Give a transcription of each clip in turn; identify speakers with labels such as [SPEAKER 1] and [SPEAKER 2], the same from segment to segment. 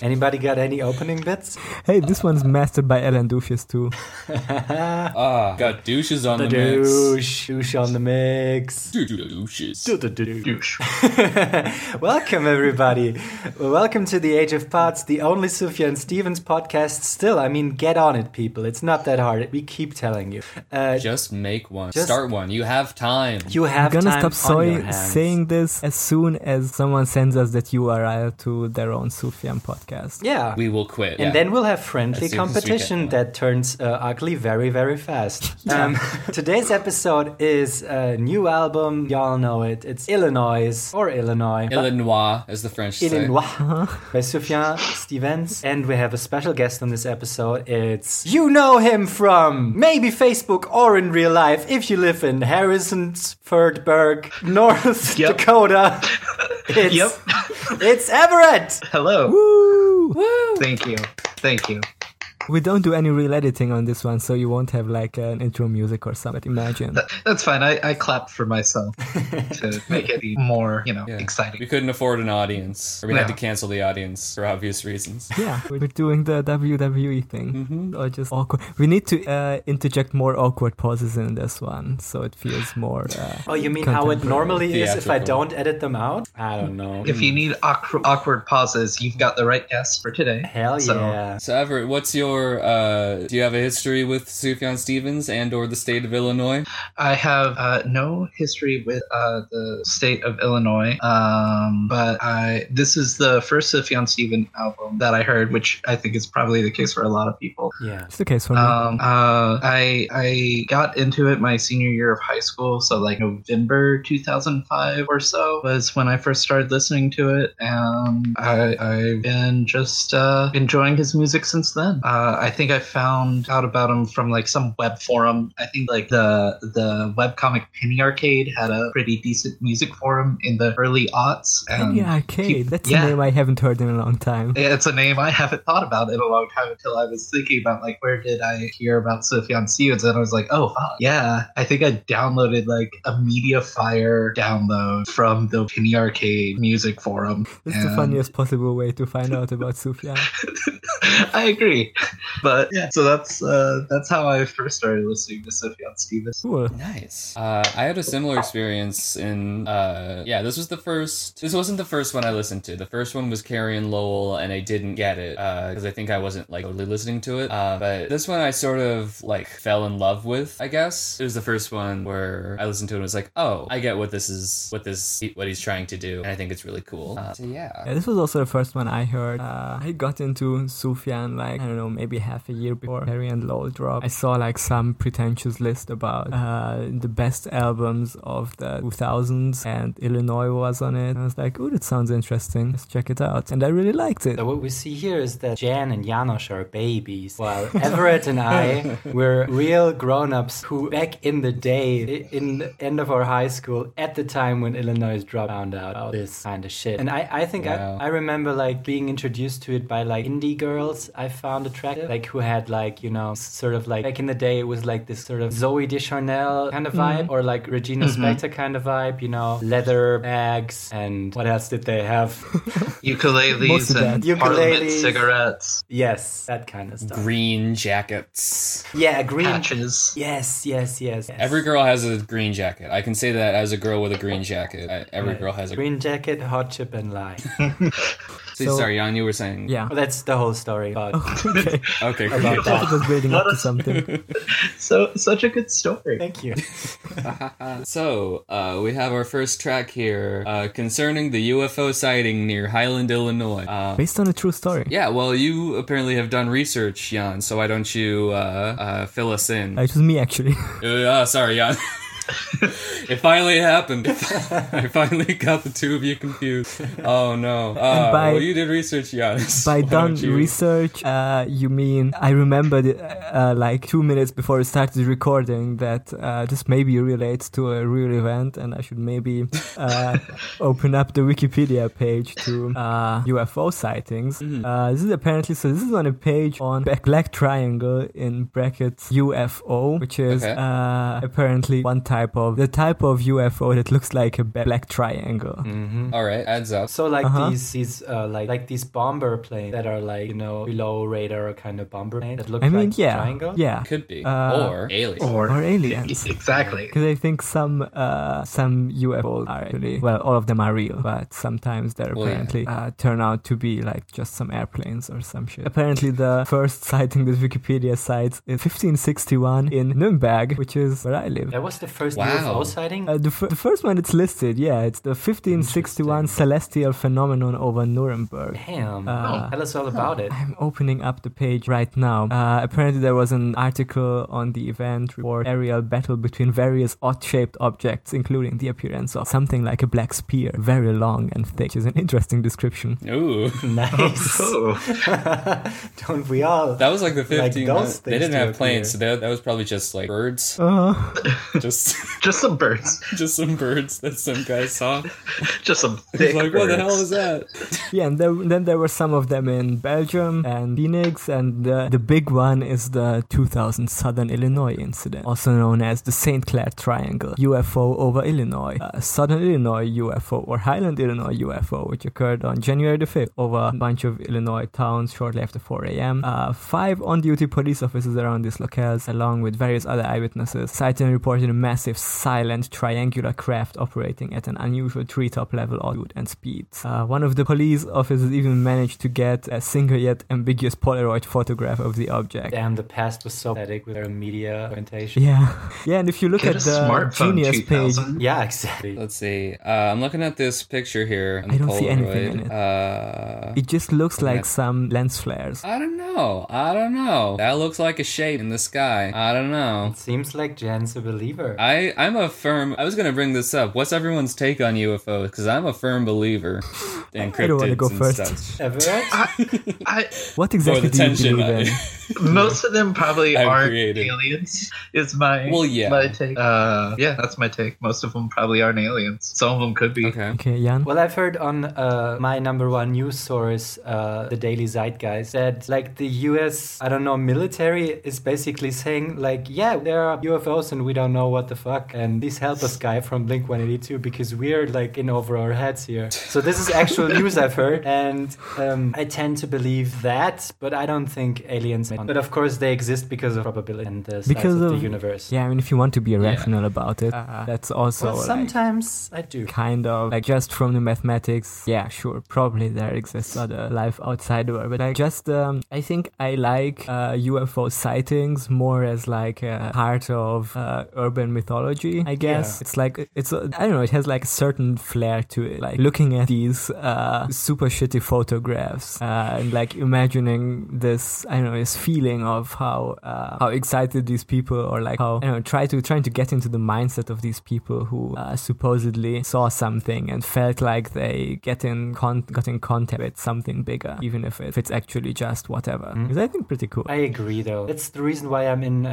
[SPEAKER 1] Anybody got any opening bits?
[SPEAKER 2] Hey, this one's mastered by Alan Dufius too.
[SPEAKER 3] Ah, got douches on the,
[SPEAKER 1] The
[SPEAKER 3] mix.
[SPEAKER 1] douche, douche on the mix.
[SPEAKER 3] Doo doo doo douches.
[SPEAKER 1] Do, do, do, do. Welcome, everybody. Welcome to the Age of Pods, the only Sufjan Stevens podcast. Still, I mean, get on it, people. It's not that hard. We keep telling you. Uh,
[SPEAKER 3] Just make one.
[SPEAKER 1] Just-
[SPEAKER 3] Start one. You have time.
[SPEAKER 1] you
[SPEAKER 2] I'm
[SPEAKER 1] have
[SPEAKER 2] gonna
[SPEAKER 1] time
[SPEAKER 2] stop
[SPEAKER 1] on your
[SPEAKER 2] soy-
[SPEAKER 1] hands.
[SPEAKER 2] saying this as soon as someone sends us that URL to their own Sufjan podcast.
[SPEAKER 1] Yeah.
[SPEAKER 3] we will quit.
[SPEAKER 1] And
[SPEAKER 3] yeah.
[SPEAKER 1] then we'll have friendly
[SPEAKER 3] As soon as we get
[SPEAKER 1] competition
[SPEAKER 3] one.
[SPEAKER 1] that turns uh, ugly very, very fast. Um, today's episode is a new album. Y'all know it. It's Illinois or Illinois.
[SPEAKER 3] Illinois, as the French say.
[SPEAKER 1] Illinois by Sufjan Stevens. And we have a special guest on this episode. It's you know him from maybe Facebook or in real life if you live in Harrisonburg, North
[SPEAKER 4] Yep.
[SPEAKER 1] Dakota. It's,
[SPEAKER 4] Yep.
[SPEAKER 1] it's Everett.
[SPEAKER 4] Hello.
[SPEAKER 2] Woo!
[SPEAKER 4] Thank you. Thank you.
[SPEAKER 2] We don't do any real editing on this one, so you won't have like an intro music or something. Imagine.
[SPEAKER 4] That's fine. I, I clapped for myself to make it more, you know,
[SPEAKER 3] Yeah. We
[SPEAKER 4] exciting.
[SPEAKER 3] couldn't afford an audience, or we had to
[SPEAKER 4] No.
[SPEAKER 3] cancel the audience for obvious reasons.
[SPEAKER 2] yeah, we're doing the WWE thing,
[SPEAKER 1] Mm-hmm.
[SPEAKER 2] or just awkward. We need to uh, interject more awkward pauses in this one, so it feels more. Uh,
[SPEAKER 1] Oh, you mean how it
[SPEAKER 2] contemporary.
[SPEAKER 1] normally is if I
[SPEAKER 3] Theatrical.
[SPEAKER 1] don't edit them out? I don't know.
[SPEAKER 4] If you need awkward, awkward pauses, you've got the right guest for today.
[SPEAKER 1] Hell
[SPEAKER 4] So,
[SPEAKER 1] yeah.
[SPEAKER 3] So Everett, what's your? uh Do you have a history with Sufjan Stevens and/or the state of Illinois?
[SPEAKER 4] I have uh, no history with uh, the state of Illinois, um, but I this is the first Sufjan Steven album that I heard, which I think is probably the case for a lot of people.
[SPEAKER 1] Yeah.
[SPEAKER 2] it's the case for me.
[SPEAKER 4] Um, uh, I I got into it my senior year of high school, so like November 2005 or so was when I first started listening to it. Um, I I've been just uh, enjoying his music since then. Uh, I think I found out about him from like some web forum. I think like the the webcomic Penny Arcade had a pretty decent music forum in the early aughts. And
[SPEAKER 2] Penny Arcade. That's
[SPEAKER 4] um, yeah.
[SPEAKER 2] a name I haven't heard in a long time.
[SPEAKER 4] yeah, It's a name I haven't thought about in a long time until I was thinking about like where did I hear about Sufjan Stevens and I was like, oh fuck, yeah, I think I downloaded like a MediaFire download from the Penny Arcade music forum.
[SPEAKER 2] It's the
[SPEAKER 4] And
[SPEAKER 2] funniest possible way to find out about Sufjan.
[SPEAKER 4] I agree, but yeah, so that's uh, that's how I first started listening to Sufjan Stevens.
[SPEAKER 2] Cool.
[SPEAKER 3] Nice. Uh, I had a similar experience in. Uh, yeah, this was the first. This wasn't the first one I listened to. The first one was Carrion Lowell, and I didn't get it because I think I wasn't like totally listening to it. Uh, but this one I sort of like fell in love with. I guess it was the first one where I listened to it and was like, oh, I get what this is, what this, what he's trying to do, and I think it's really cool. Uh, so yeah.
[SPEAKER 2] Yeah, this was also the first one I heard. Uh, I got into Sufjan like I don't know, maybe half a year before Harry and Lowell dropped. I saw like some pretentious list about uh, the best albums of the 2000s, and Illinois was on it. I was like, oh, that sounds interesting. Let's check it out, and I really liked it.
[SPEAKER 1] So what we see here is that Jan and Janosch are babies, while Everett and I were real grown-ups who, back in the day, i- in the end of our high school, at the time when Illinois dropped, found out about this kind of shit. And I, I think
[SPEAKER 3] Wow.
[SPEAKER 1] I, I remember like being introduced to it by like indie girls I found attractive, like who had like you know sort of like back in the day it was like this sort of Zoe Deschanel kind of vibe, or like Regina Spektor kind of vibe, you know, leather bags and what else did they have?
[SPEAKER 2] Most of
[SPEAKER 4] Ukuleles and
[SPEAKER 1] that.
[SPEAKER 4] Parliament
[SPEAKER 1] Ukuleles.
[SPEAKER 4] cigarettes,
[SPEAKER 1] Yes, that kind of stuff.
[SPEAKER 3] Green jackets.
[SPEAKER 1] Yeah, green.
[SPEAKER 4] patches.
[SPEAKER 1] Yes, yes, yes. yes.
[SPEAKER 3] Every girl has a green jacket. I can say that as a girl with a green jacket. I, every girl has a. Green...
[SPEAKER 1] green jacket, hot chip, and lime.
[SPEAKER 2] So-
[SPEAKER 3] sorry, Jan, you were saying.
[SPEAKER 2] Yeah.
[SPEAKER 1] Well, that's the whole story. But
[SPEAKER 2] Oh. okay.
[SPEAKER 3] Okay.
[SPEAKER 1] I love
[SPEAKER 2] I
[SPEAKER 1] that.
[SPEAKER 2] was building up to something.
[SPEAKER 4] So such a good story.
[SPEAKER 1] Thank you.
[SPEAKER 3] So, uh, we have our first track here uh, concerning the UFO sighting near Highland, Illinois. Uh,
[SPEAKER 2] Based on a true story.
[SPEAKER 3] yeah, well, you apparently have done research, Jan, so why don't you uh, uh, fill us in?
[SPEAKER 2] Uh, it was me actually.
[SPEAKER 3] Uh, uh, sorry, Jan. it finally happened. I finally got the two of you confused. Oh, no. Uh,
[SPEAKER 2] by-
[SPEAKER 3] well, you did research, Jan. so
[SPEAKER 2] By
[SPEAKER 3] why
[SPEAKER 2] done
[SPEAKER 3] don't you-
[SPEAKER 2] research, uh, you mean I remembered uh, like two minutes before we started recording that uh, this maybe relates to a real event, and I should maybe uh, open up the Wikipedia page to uh, UFO sightings.
[SPEAKER 3] Mm-hmm.
[SPEAKER 2] Uh, this is apparently so. This is on a page on Black Triangle in brackets UFO, which is
[SPEAKER 3] Okay.
[SPEAKER 2] uh, apparently 1,000 type of the type of UFO that looks like a black triangle.
[SPEAKER 3] Mm.
[SPEAKER 1] Mm-hmm.
[SPEAKER 3] All right, adds up.
[SPEAKER 1] So like
[SPEAKER 2] Uh-huh.
[SPEAKER 1] these these uh, like like these bomber planes that are like you know below radar kind of bomber planes that look
[SPEAKER 2] I mean,
[SPEAKER 1] like
[SPEAKER 2] yeah,
[SPEAKER 1] triangle.
[SPEAKER 2] yeah,
[SPEAKER 3] Could be
[SPEAKER 2] Uh,
[SPEAKER 3] or aliens.
[SPEAKER 4] Or,
[SPEAKER 2] Or aliens.
[SPEAKER 4] Exactly.
[SPEAKER 2] Because I think some uh, some UFOs are actually well, all of them are real, but sometimes they're
[SPEAKER 3] Well, yeah.
[SPEAKER 2] apparently uh, turn out to be like just some airplanes or some shit. Apparently, the first sighting that Wikipedia cites is 1561 in Nuremberg, which is where I live.
[SPEAKER 1] That was the first
[SPEAKER 3] Wow.
[SPEAKER 1] UFO sighting.
[SPEAKER 2] Uh, the, f- the first one it's listed, yeah, it's the 1561 celestial phenomenon over Nuremberg.
[SPEAKER 1] Damn.
[SPEAKER 2] Uh,
[SPEAKER 1] Tell us all about it.
[SPEAKER 2] I'm opening up the page right now. Uh, apparently, there was an article on the event report aerial battle between various odd shaped objects, including the appearance of something like a black spear, very long and thick, which is an interesting description.
[SPEAKER 3] Ooh,
[SPEAKER 1] Nice.
[SPEAKER 4] Oh,
[SPEAKER 1] Don't we all?
[SPEAKER 3] that was like the
[SPEAKER 1] Like
[SPEAKER 3] 15.
[SPEAKER 1] those
[SPEAKER 3] they
[SPEAKER 1] things
[SPEAKER 3] didn't
[SPEAKER 1] do
[SPEAKER 3] have planes, so
[SPEAKER 1] appear.
[SPEAKER 3] that, that was probably just like birds.
[SPEAKER 2] Uh,
[SPEAKER 3] just
[SPEAKER 4] just some birds.
[SPEAKER 3] just some birds that some guy saw.
[SPEAKER 4] Just some
[SPEAKER 3] He's
[SPEAKER 4] thick
[SPEAKER 3] like, what the hell
[SPEAKER 4] birds.
[SPEAKER 3] is that?
[SPEAKER 2] yeah, and there, then there were some of them in Belgium and Phoenix, and uh, the big one is the 2000 Southern Illinois incident, also known as the St. Clair Triangle UFO over Illinois, uh, Southern Illinois UFO, or Highland Illinois UFO, which occurred on January the 5th over a bunch of Illinois towns shortly after 4 a.m. Uh, five on duty police officers around these locales, along with various other eyewitnesses, cited and reported a massive silent triangular craft operating at an unusual treetop level altitude and speed. Uh, one of the police officers even managed to get a single yet ambiguous Polaroid photograph of the object.
[SPEAKER 1] Damn, the past was so pathetic with their media orientation.
[SPEAKER 2] Yeah, yeah, and if you look
[SPEAKER 4] Get a
[SPEAKER 2] at the
[SPEAKER 4] smartphone,
[SPEAKER 2] genius page,
[SPEAKER 4] 2000.
[SPEAKER 1] Yeah, exactly.
[SPEAKER 3] Let's see. Uh, I'm looking at this picture here. on
[SPEAKER 2] I
[SPEAKER 3] the
[SPEAKER 2] don't see anything in
[SPEAKER 3] Polaroid.
[SPEAKER 2] it.
[SPEAKER 3] Uh,
[SPEAKER 2] it just looks like
[SPEAKER 3] Yeah.
[SPEAKER 2] some lens flares.
[SPEAKER 3] I don't know. I don't know. That looks like a shape in the sky. I don't know.
[SPEAKER 1] It seems like Jen's a believer.
[SPEAKER 3] I I'm a firm. I was gonna bring this up. What's everyone's take on UFOs? Because I'm a firm believer in
[SPEAKER 2] I don't
[SPEAKER 3] cryptids
[SPEAKER 2] wanna go
[SPEAKER 3] and
[SPEAKER 2] first.
[SPEAKER 3] such.
[SPEAKER 1] Everett?
[SPEAKER 4] I,
[SPEAKER 2] What
[SPEAKER 3] Or
[SPEAKER 2] exactly
[SPEAKER 3] the
[SPEAKER 2] do you
[SPEAKER 3] tension. uh,
[SPEAKER 2] believe in?
[SPEAKER 4] most of them probably
[SPEAKER 3] I've
[SPEAKER 4] aren't
[SPEAKER 3] created.
[SPEAKER 4] aliens. Is my
[SPEAKER 3] Well, yeah.
[SPEAKER 4] my take. Uh, yeah, that's my take. Most of them probably aren't aliens. Some of them could be.
[SPEAKER 3] okay.
[SPEAKER 2] Okay, Jan.
[SPEAKER 1] Well, I've heard on uh, my number one news source, uh, the Daily Zeitgeist, that like the U.S. I don't know military is basically saying like, yeah, there are UFOs and we don't know what the fuck, and please help us, guy from Blink 182, because we're like in over our heads here. So this is actual news I've heard, and um, I tend to believe that, but I don't think aliens. But of course, they exist because of probability and the size
[SPEAKER 2] Because
[SPEAKER 1] of, the
[SPEAKER 2] of-
[SPEAKER 1] universe.
[SPEAKER 2] Yeah, I mean, if you want to be irrational about it, uh, that's also
[SPEAKER 1] Well,
[SPEAKER 2] like,
[SPEAKER 1] sometimes I do.
[SPEAKER 2] kind of like just from the mathematics. Yeah, sure, probably there exists other life outside the world, but I just um, I think I like uh, UFO sightings more as like a part of uh, urban mythology. I guess
[SPEAKER 1] Yeah.
[SPEAKER 2] it's like it's a, I don't know, it has like a certain flair to it. Like looking at these uh, super shitty photographs uh, and like imagining this I don't know this feeling of how uh, how excited these people or like how I don't know try to trying to get into the mindset of these people who uh, supposedly saw something and felt like they get in con- got in contact with something bigger, even if, it, if it's actually just whatever. Because I think pretty cool.
[SPEAKER 1] I agree, though. That's the reason why I'm in uh,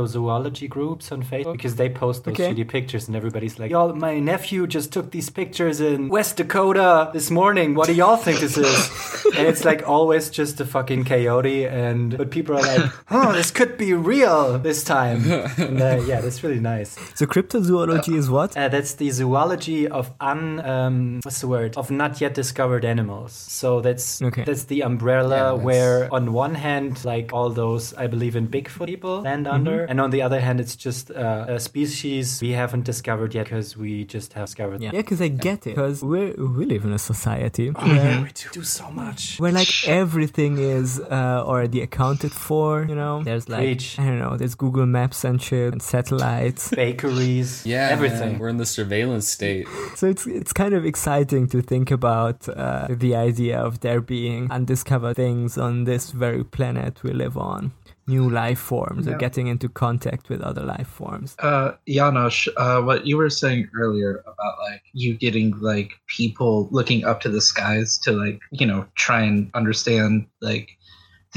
[SPEAKER 1] cryptozoology groups on Facebook because they post those
[SPEAKER 2] Okay.
[SPEAKER 1] shitty pictures, and everybody's like, "Y'all, my nephew just took these pictures in West Dakota this morning. What do y'all think this is?" and it's like always just a fucking coyote, and but people are like, "Oh, this could be real this time." And, uh, yeah, that's really nice.
[SPEAKER 2] so cryptozoology is what?
[SPEAKER 1] Uh, that's the zoology of un um, what's the word of not yet discovered animals. So that's
[SPEAKER 2] Okay.
[SPEAKER 1] that's the umbrella
[SPEAKER 3] Yeah, that's-
[SPEAKER 1] where on one hand, like all those I believe in Bigfoot people land
[SPEAKER 3] Mm-hmm.
[SPEAKER 1] under, and on the other hand, it's just uh, a species we haven't discovered yet because we just have discovered.
[SPEAKER 2] Yeah, because I get it. Because we we live in a society
[SPEAKER 3] Mm-hmm.
[SPEAKER 1] we do, do so much.
[SPEAKER 2] where like everything is uh, already accounted for. You know, there's like
[SPEAKER 1] Preach.
[SPEAKER 2] I don't know, there's Google Maps and shit and satellites.
[SPEAKER 1] Bakeries,
[SPEAKER 3] Yeah,
[SPEAKER 1] everything.
[SPEAKER 3] man, we're in the surveillance state.
[SPEAKER 2] so it's it's kind of exciting to think about uh, the idea of there being undiscovered things on this very planet we live on. New life forms or
[SPEAKER 4] Yeah.
[SPEAKER 2] getting into contact with other life forms.
[SPEAKER 4] Uh, Janosch, uh, what you were saying earlier about like you getting like people looking up to the skies to like you know try and understand like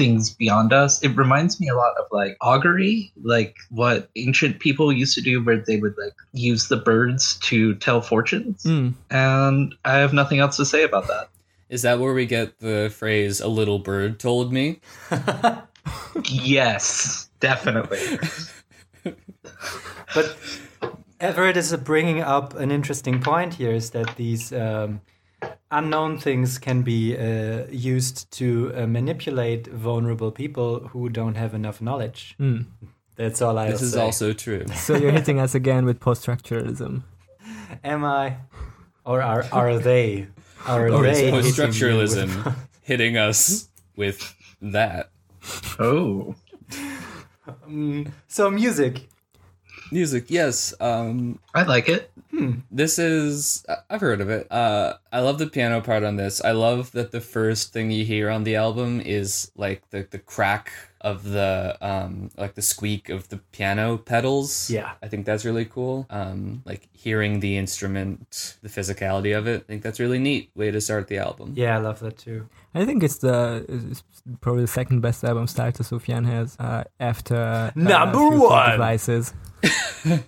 [SPEAKER 4] things beyond us. It reminds me a lot of like augury, like what ancient people used to do, where they would like use the birds to tell fortunes.
[SPEAKER 2] Mm.
[SPEAKER 4] And I have nothing else to say about that.
[SPEAKER 3] Is that where we get the phrase "a little bird told me"?
[SPEAKER 4] yes, definitely.
[SPEAKER 1] But Everett is bringing up an interesting point here is that these um, unknown things can be uh, used to uh, manipulate vulnerable people who don't have enough knowledge.
[SPEAKER 2] Mm.
[SPEAKER 1] That's all I
[SPEAKER 3] Hmm. This is
[SPEAKER 1] say.
[SPEAKER 3] also true.
[SPEAKER 2] So you're hitting us again with post-structuralism.
[SPEAKER 1] Am I? Or are, are they? Are
[SPEAKER 2] Or is
[SPEAKER 1] they? hitting
[SPEAKER 3] Post
[SPEAKER 1] you with-
[SPEAKER 3] Oh, structuralism hitting us with that
[SPEAKER 4] Oh,
[SPEAKER 1] Mm. So, music.
[SPEAKER 3] music. Yes. Um,
[SPEAKER 4] I like it.
[SPEAKER 3] this is I- i've heard of it uh i love the piano part on this i love that the first thing you hear on the album is like the the crack of the um like the squeak of the piano pedals
[SPEAKER 1] Yeah.
[SPEAKER 3] i think that's really cool um like hearing the instrument the physicality of it i think that's really neat way to start the album
[SPEAKER 1] Yeah, I love that too.
[SPEAKER 2] I think it's the it's probably the second best album Starter Sufjan has uh, after uh,
[SPEAKER 1] Number
[SPEAKER 2] Suicide
[SPEAKER 1] one.
[SPEAKER 2] Devices.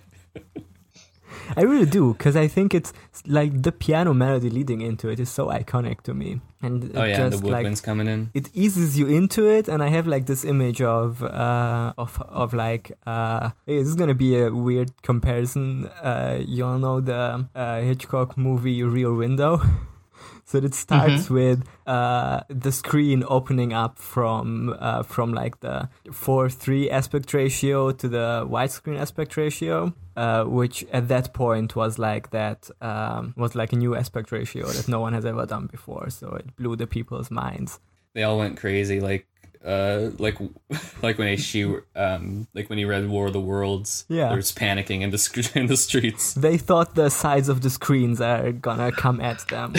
[SPEAKER 2] I really do because I think it's like the piano melody leading into it is so iconic to me, and it
[SPEAKER 3] oh yeah and the
[SPEAKER 2] just
[SPEAKER 3] woodwinds
[SPEAKER 2] like
[SPEAKER 3] coming in
[SPEAKER 2] it eases you into it and i have like this image of uh of of like uh hey, this is gonna be a weird comparison uh you all know the uh, hitchcock movie rear window so it starts with uh the screen opening up from uh from like the 4 3 aspect ratio to the widescreen aspect ratio uh, which at that point was like that um, was like a new aspect ratio that no one has ever done before so it blew the people's minds
[SPEAKER 3] they all went crazy like uh, like, like when she, um, like when he read War of the Worlds,
[SPEAKER 2] Yeah.
[SPEAKER 3] there was panicking in the sc- in the streets.
[SPEAKER 2] They thought the sides of the screens are gonna come at them.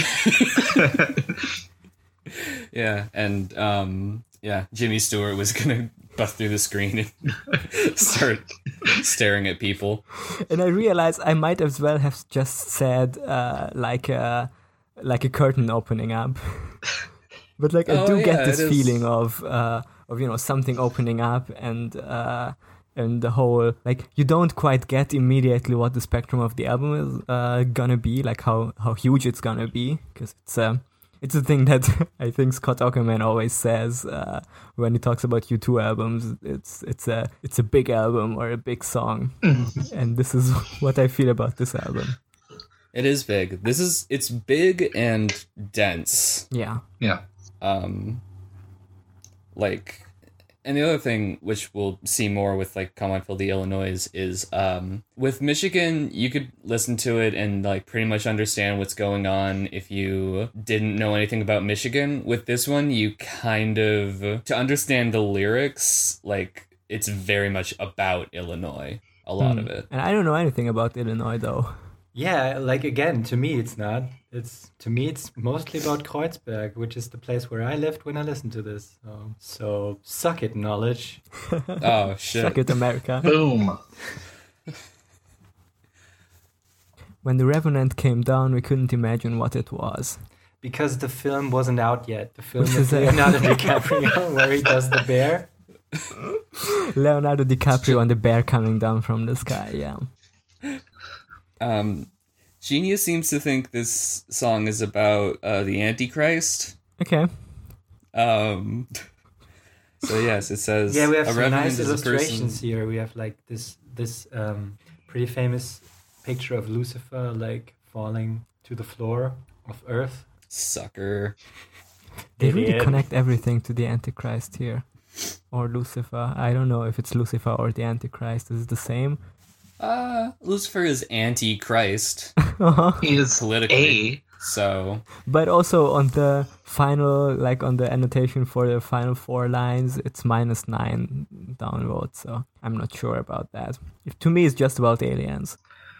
[SPEAKER 3] Yeah, and um, yeah, Jimmy Stewart was gonna bust through the screen and start staring at people.
[SPEAKER 2] and I realized I might as well have just said uh, like a like a curtain opening up. but like I
[SPEAKER 3] Oh,
[SPEAKER 2] do
[SPEAKER 3] yeah,
[SPEAKER 2] get this
[SPEAKER 3] it is.
[SPEAKER 2] feeling of uh, of you know something opening up and uh, and the whole like you don't quite get immediately what the spectrum of the album is uh, gonna be like how how huge it's gonna be because it's um it's a thing that I think Scott Ackerman always says uh, when he talks about U2 albums. It's it's a it's a big album or a big song, and this is what I feel about this album.
[SPEAKER 3] It is big. This is it's big and dense.
[SPEAKER 2] Yeah,
[SPEAKER 4] Yeah.
[SPEAKER 3] Um, like, and the other thing which we'll see more with like Come On Fill the Illinois is um with Michigan you could listen to it and like pretty much understand what's going on if you didn't know anything about Michigan. With this one, you kind of to understand the lyrics like it's very much about Illinois. A lot of it.
[SPEAKER 2] and I don't know anything about Illinois though.
[SPEAKER 1] Yeah, like again, to me, it's not. It's to me, it's mostly about Kreuzberg, which is the place where I lived when I listened to this. So, so suck it, knowledge.
[SPEAKER 3] Oh shit!
[SPEAKER 2] Suck it, America.
[SPEAKER 4] Boom.
[SPEAKER 2] when the Revenant came down, we couldn't imagine what it was.
[SPEAKER 1] Because the film wasn't out yet. The film
[SPEAKER 2] Which
[SPEAKER 1] with
[SPEAKER 2] is a-
[SPEAKER 1] Leonardo DiCaprio, where he does the bear.
[SPEAKER 2] Leonardo DiCaprio and the bear coming down from the sky. Yeah,
[SPEAKER 3] Um, Genius seems to think this song is about uh, the Antichrist.
[SPEAKER 2] okay.
[SPEAKER 3] Um. So yes, it says.
[SPEAKER 1] Yeah, we have
[SPEAKER 3] a
[SPEAKER 1] some
[SPEAKER 3] revenant
[SPEAKER 1] nice
[SPEAKER 3] is a
[SPEAKER 1] illustrations
[SPEAKER 3] person-
[SPEAKER 1] here. We have like this this um, pretty famous picture of Lucifer like falling to the floor of Earth.
[SPEAKER 3] Sucker.
[SPEAKER 2] They really
[SPEAKER 1] Idiot.
[SPEAKER 2] connect everything to the Antichrist here. Or Lucifer. I don't know if it's Lucifer or the Antichrist. Is it the same?
[SPEAKER 3] Uh, Lucifer is anti-Christ
[SPEAKER 4] He is
[SPEAKER 3] politically.
[SPEAKER 4] a.
[SPEAKER 3] So
[SPEAKER 2] But also on the final, like on the annotation for the final four lines, it's minus nine downvote. So I'm not sure about that. If, to me, it's just about aliens.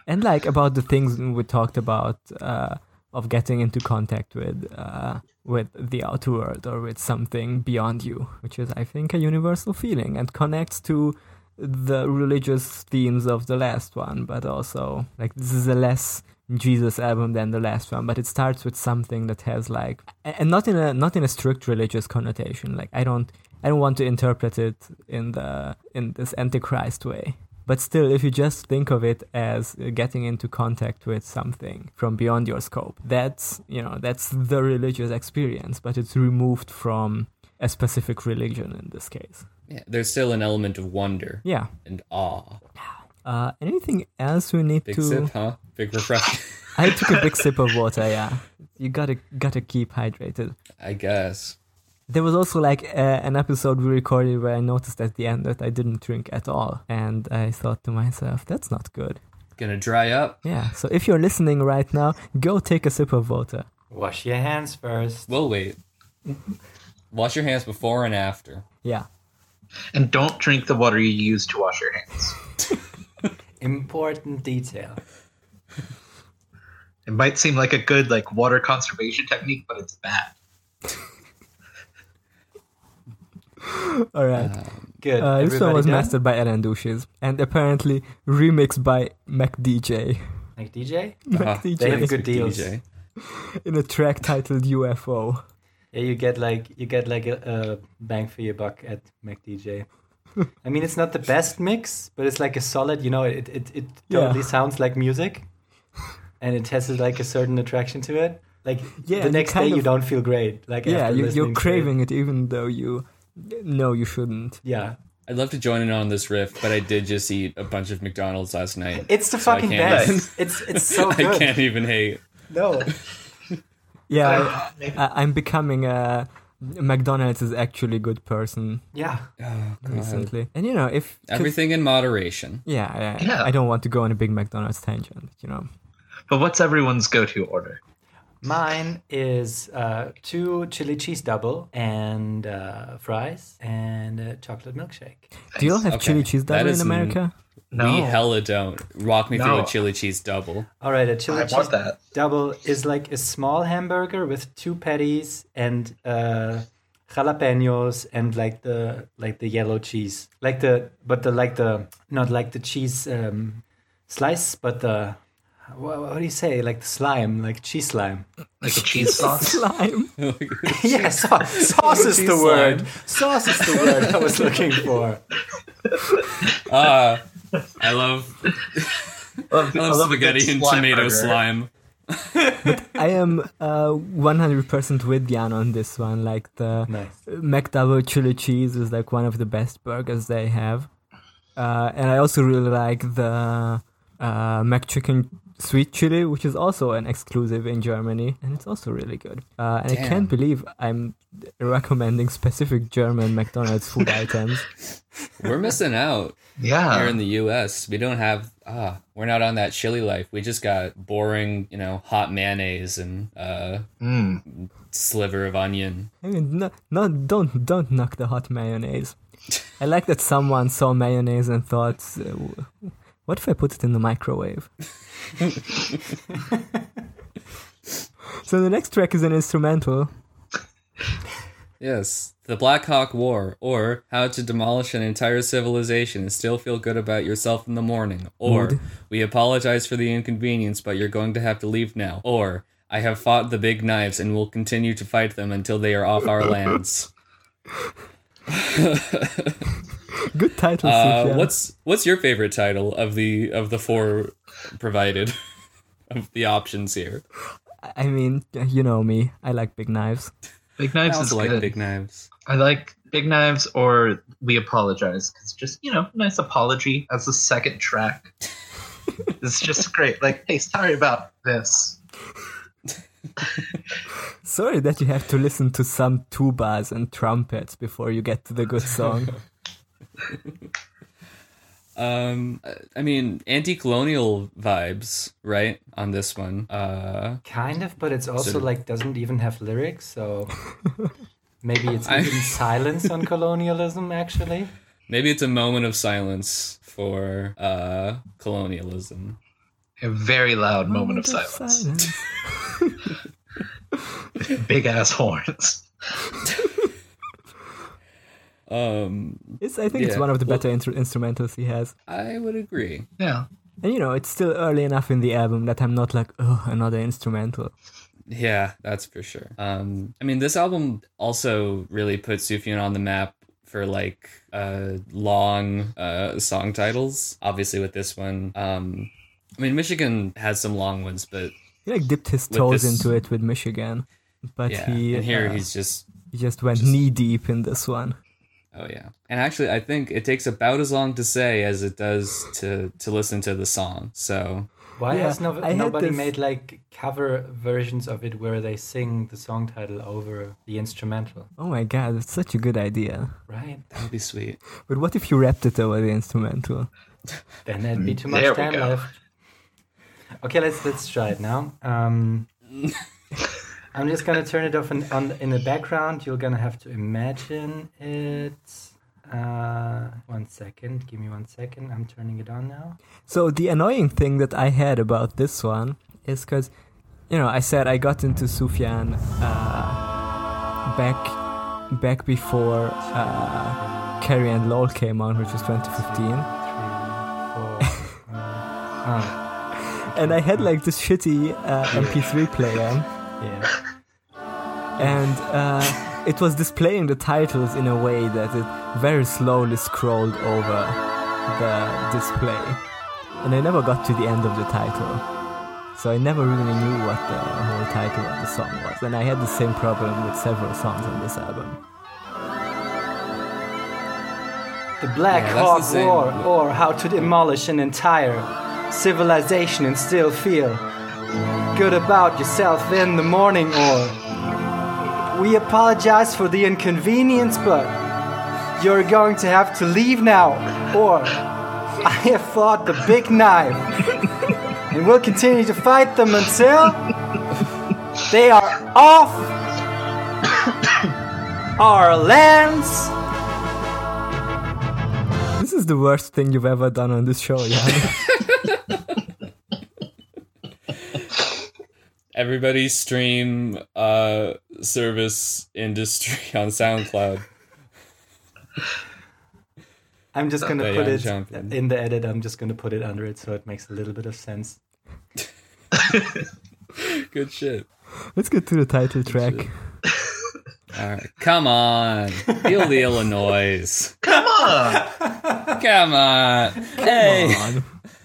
[SPEAKER 2] And like about the things we talked about uh, of getting into contact with uh, with the outer world or with something beyond you, which is, I think, a universal feeling and connects to the religious themes of the last one, but also like this is a less Jesus album than the last one, but it starts with something that has like a- and not in a not in a strict religious connotation. Like I don't I don't want to interpret it in the in this antichrist way. But still, if you just think of it as uh, getting into contact with something from beyond your scope, that's you know that's the religious experience, but it's removed from a specific religion in this case.
[SPEAKER 3] yeah, there's still an element of wonder
[SPEAKER 2] Yeah,
[SPEAKER 3] and awe.
[SPEAKER 2] Uh, anything else we need
[SPEAKER 3] Big
[SPEAKER 2] to?
[SPEAKER 3] sip, huh? Big refresh.
[SPEAKER 2] I took a big sip of water. Yeah, you gotta gotta keep hydrated.
[SPEAKER 3] I guess.
[SPEAKER 2] There was also like uh, an episode we recorded where I noticed at the end that I didn't drink at all, and I thought to myself, that's not good.
[SPEAKER 3] Gonna dry up.
[SPEAKER 2] Yeah. So if you're listening right now, go take a sip of water.
[SPEAKER 1] Wash your hands first.
[SPEAKER 3] We'll wait. Wash your hands before and after.
[SPEAKER 2] Yeah.
[SPEAKER 4] And don't drink the water you use to wash your hands.
[SPEAKER 1] Important detail.
[SPEAKER 4] It might seem like a good like water conservation technique, but it's bad.
[SPEAKER 2] All right.
[SPEAKER 1] Good.
[SPEAKER 2] Uh, this one
[SPEAKER 1] Everybody
[SPEAKER 2] was
[SPEAKER 1] done?
[SPEAKER 2] mastered by Alan Douches and apparently remixed by MacDJ.
[SPEAKER 1] Like DJ?
[SPEAKER 3] Ah,
[SPEAKER 1] They have
[SPEAKER 2] MacDJ
[SPEAKER 1] good deals.
[SPEAKER 3] DJ.
[SPEAKER 2] in a track titled UFO.
[SPEAKER 1] Yeah, you get like you get like a, a bang for your buck at MacDJ. I mean, it's not the best mix, but it's like a solid. You know, it it it
[SPEAKER 2] Yeah.
[SPEAKER 1] totally sounds like music, and it has like a certain attraction to it. Like
[SPEAKER 2] Yeah,
[SPEAKER 1] the
[SPEAKER 2] and you
[SPEAKER 1] next day,
[SPEAKER 2] kind
[SPEAKER 1] you
[SPEAKER 2] of-
[SPEAKER 1] don't feel great. Like
[SPEAKER 2] Yeah,
[SPEAKER 1] after
[SPEAKER 2] you,
[SPEAKER 1] listening
[SPEAKER 2] you're
[SPEAKER 1] to it.
[SPEAKER 2] craving it even though you know you shouldn't.
[SPEAKER 1] Yeah,
[SPEAKER 3] I'd love to join in on this riff, but I did just eat a bunch of McDonald's last night.
[SPEAKER 1] it's the
[SPEAKER 3] So I
[SPEAKER 1] fucking
[SPEAKER 3] can't-
[SPEAKER 1] best. It's it's so
[SPEAKER 3] I
[SPEAKER 1] good.
[SPEAKER 3] can't even hate.
[SPEAKER 1] No,
[SPEAKER 2] Yeah, I, I, I'm becoming a McDonald's is actually good person
[SPEAKER 1] yeah,
[SPEAKER 3] Oh, God.
[SPEAKER 2] recently. And you know, if 'cause-
[SPEAKER 3] Everything in moderation.
[SPEAKER 2] Yeah, yeah,
[SPEAKER 4] Yeah.
[SPEAKER 2] I don't want to go on a big McDonald's tangent, you know.
[SPEAKER 4] But what's everyone's go-to order?
[SPEAKER 1] mine is uh, two chili cheese double and uh, fries and a chocolate milkshake.
[SPEAKER 2] Do you all have
[SPEAKER 3] Okay,
[SPEAKER 2] chili cheese
[SPEAKER 3] that
[SPEAKER 2] double in
[SPEAKER 3] is-
[SPEAKER 2] America?
[SPEAKER 3] We
[SPEAKER 4] No,
[SPEAKER 3] hella don't. Rock me through
[SPEAKER 4] No.
[SPEAKER 3] a chili cheese double.
[SPEAKER 1] All right, a chili
[SPEAKER 4] I
[SPEAKER 1] cheese
[SPEAKER 4] want that.
[SPEAKER 1] double is like a small hamburger with two patties and uh, jalapenos and like the like the yellow cheese, like the but the like the not like the cheese um, slice, but the what, what do you say? Like the slime, like cheese slime.
[SPEAKER 4] Like a cheese sauce.
[SPEAKER 2] Slime.
[SPEAKER 1] yeah, sau- sauce is
[SPEAKER 3] Cheese
[SPEAKER 1] the
[SPEAKER 3] slime.
[SPEAKER 1] word. Sauce is the word I was looking for.
[SPEAKER 3] Ah, I love,
[SPEAKER 4] love,
[SPEAKER 3] I love, spaghetti and tomato slime.
[SPEAKER 2] I am uh, 100% with Jan on this one. Like the
[SPEAKER 1] Nice.
[SPEAKER 2] McDouble chili cheese is like one of the best burgers they have. Uh, and I also really like the uh, McChicken sweet chili, which is also an exclusive in Germany, and it's also really good. Uh, and I
[SPEAKER 3] Damn.
[SPEAKER 2] can't believe I'm recommending specific German McDonald's food items.
[SPEAKER 3] We're missing out here in
[SPEAKER 4] Yeah,
[SPEAKER 3] the U.S. We don't have ah, we're not on that chili life. We just got boring, you know, hot mayonnaise and uh,
[SPEAKER 4] Mm.
[SPEAKER 3] sliver of onion.
[SPEAKER 2] I mean, no, no, don't don't knock the hot mayonnaise. I like that someone saw mayonnaise and thought, uh, w- "What if I put it in the microwave?" so the next track is an instrumental.
[SPEAKER 3] Yes, the Black Hawk War, or how to demolish an entire civilization and still feel good about yourself in the morning, or
[SPEAKER 2] Mood.
[SPEAKER 3] we apologize for the inconvenience, but you're going to have to leave now, or I have fought the big knives and will continue to fight them until they are off our lands.
[SPEAKER 2] Good title.
[SPEAKER 3] Uh,
[SPEAKER 2] Sufjan.
[SPEAKER 3] what's what's your favorite title of the of the four provided of the options here?
[SPEAKER 2] I mean, you know me. I like big knives.
[SPEAKER 4] big
[SPEAKER 3] I
[SPEAKER 4] knives is
[SPEAKER 3] also like
[SPEAKER 4] good.
[SPEAKER 3] big knives.
[SPEAKER 4] I like big knives, or we apologize because just you know, nice apology as the second track. it's just great. Like, hey, sorry about this.
[SPEAKER 2] Sorry that you have to listen to some tubas and trumpets before you get to the good song.
[SPEAKER 3] Um, I- I mean, anti-colonial vibes, right? On this one, uh,
[SPEAKER 1] Kind of, but it's also
[SPEAKER 3] So-
[SPEAKER 1] like doesn't even have lyrics, so maybe it's
[SPEAKER 3] I-
[SPEAKER 1] even silence on colonialism actually.
[SPEAKER 3] maybe it's a moment of silence for uh, colonialism.
[SPEAKER 4] A very loud moment of silence. Big ass horns.
[SPEAKER 3] Um,
[SPEAKER 2] It's, I think it's
[SPEAKER 3] Yeah.
[SPEAKER 2] one of the better intr- instrumentals he has.
[SPEAKER 3] I would agree.
[SPEAKER 4] Yeah.
[SPEAKER 2] And you know, it's still early enough in the album that I'm not like, oh, another instrumental.
[SPEAKER 3] Yeah, that's for sure. Um, I mean, this album also really put Sufjan on the map for like uh, long uh, song titles. Obviously, with this one, um, I mean, Michigan has some long ones, but
[SPEAKER 2] He like dipped his
[SPEAKER 3] With
[SPEAKER 2] toes
[SPEAKER 3] this-
[SPEAKER 2] into it with Michigan, but
[SPEAKER 3] yeah.
[SPEAKER 2] he
[SPEAKER 3] and here
[SPEAKER 2] uh,
[SPEAKER 3] he's just
[SPEAKER 2] he just went knee deep in this one.
[SPEAKER 3] Oh yeah. And actually I think it takes about as long to say as it does to to listen to the song. So
[SPEAKER 1] Why
[SPEAKER 2] Yeah,
[SPEAKER 1] has no,
[SPEAKER 2] I had
[SPEAKER 1] nobody
[SPEAKER 2] this-
[SPEAKER 1] made like cover versions of it where they sing the song title over the instrumental?
[SPEAKER 2] Oh my god, that's such a good idea.
[SPEAKER 1] Right?
[SPEAKER 3] that would be sweet.
[SPEAKER 2] But what if you wrapped it over the instrumental?
[SPEAKER 1] Then there'd be too much
[SPEAKER 4] Mm, There we
[SPEAKER 1] time
[SPEAKER 4] go.
[SPEAKER 1] left. Okay, let's let's try it now. Um, I'm just gonna turn it off in, on in the background. You're gonna have to imagine it. Uh, one second. Give me one second. I'm turning it on now.
[SPEAKER 2] So the annoying thing that I had about this one is because, you know, I said I got into Sufjan uh, back back before uh, Carrie and LOL came on, which was 2015.
[SPEAKER 1] Three, four. five.
[SPEAKER 2] and I had like this shitty uh, MP3 player,
[SPEAKER 1] oh, yeah.
[SPEAKER 2] and uh, it was displaying the titles in a way that it very slowly scrolled over the display, and I never got to the end of the title, so I never really knew what the whole title of the song was, and I had the same problem with several songs on this album.
[SPEAKER 1] The Black
[SPEAKER 3] Yeah, that's the
[SPEAKER 1] Hawk
[SPEAKER 3] same.
[SPEAKER 1] War, or how to demolish an entire civilization and still feel good about yourself in the morning, or we apologize for the inconvenience, but you're going to have to leave now, or I have fought the big knife and will continue to fight them until they are off our lands.
[SPEAKER 2] This is the worst thing you've ever done on this show, yeah.
[SPEAKER 3] Everybody stream uh service industry on SoundCloud.
[SPEAKER 1] I'm just gonna
[SPEAKER 3] The
[SPEAKER 1] put
[SPEAKER 3] young
[SPEAKER 1] it
[SPEAKER 3] champion.
[SPEAKER 1] in the edit. I'm just gonna put it under it so it makes a little bit of sense.
[SPEAKER 3] Good shit.
[SPEAKER 2] Let's get to the title track.
[SPEAKER 3] All right. Come on. Feel the Illinois.
[SPEAKER 4] Come on!
[SPEAKER 3] Come on. Hey.
[SPEAKER 2] Come on.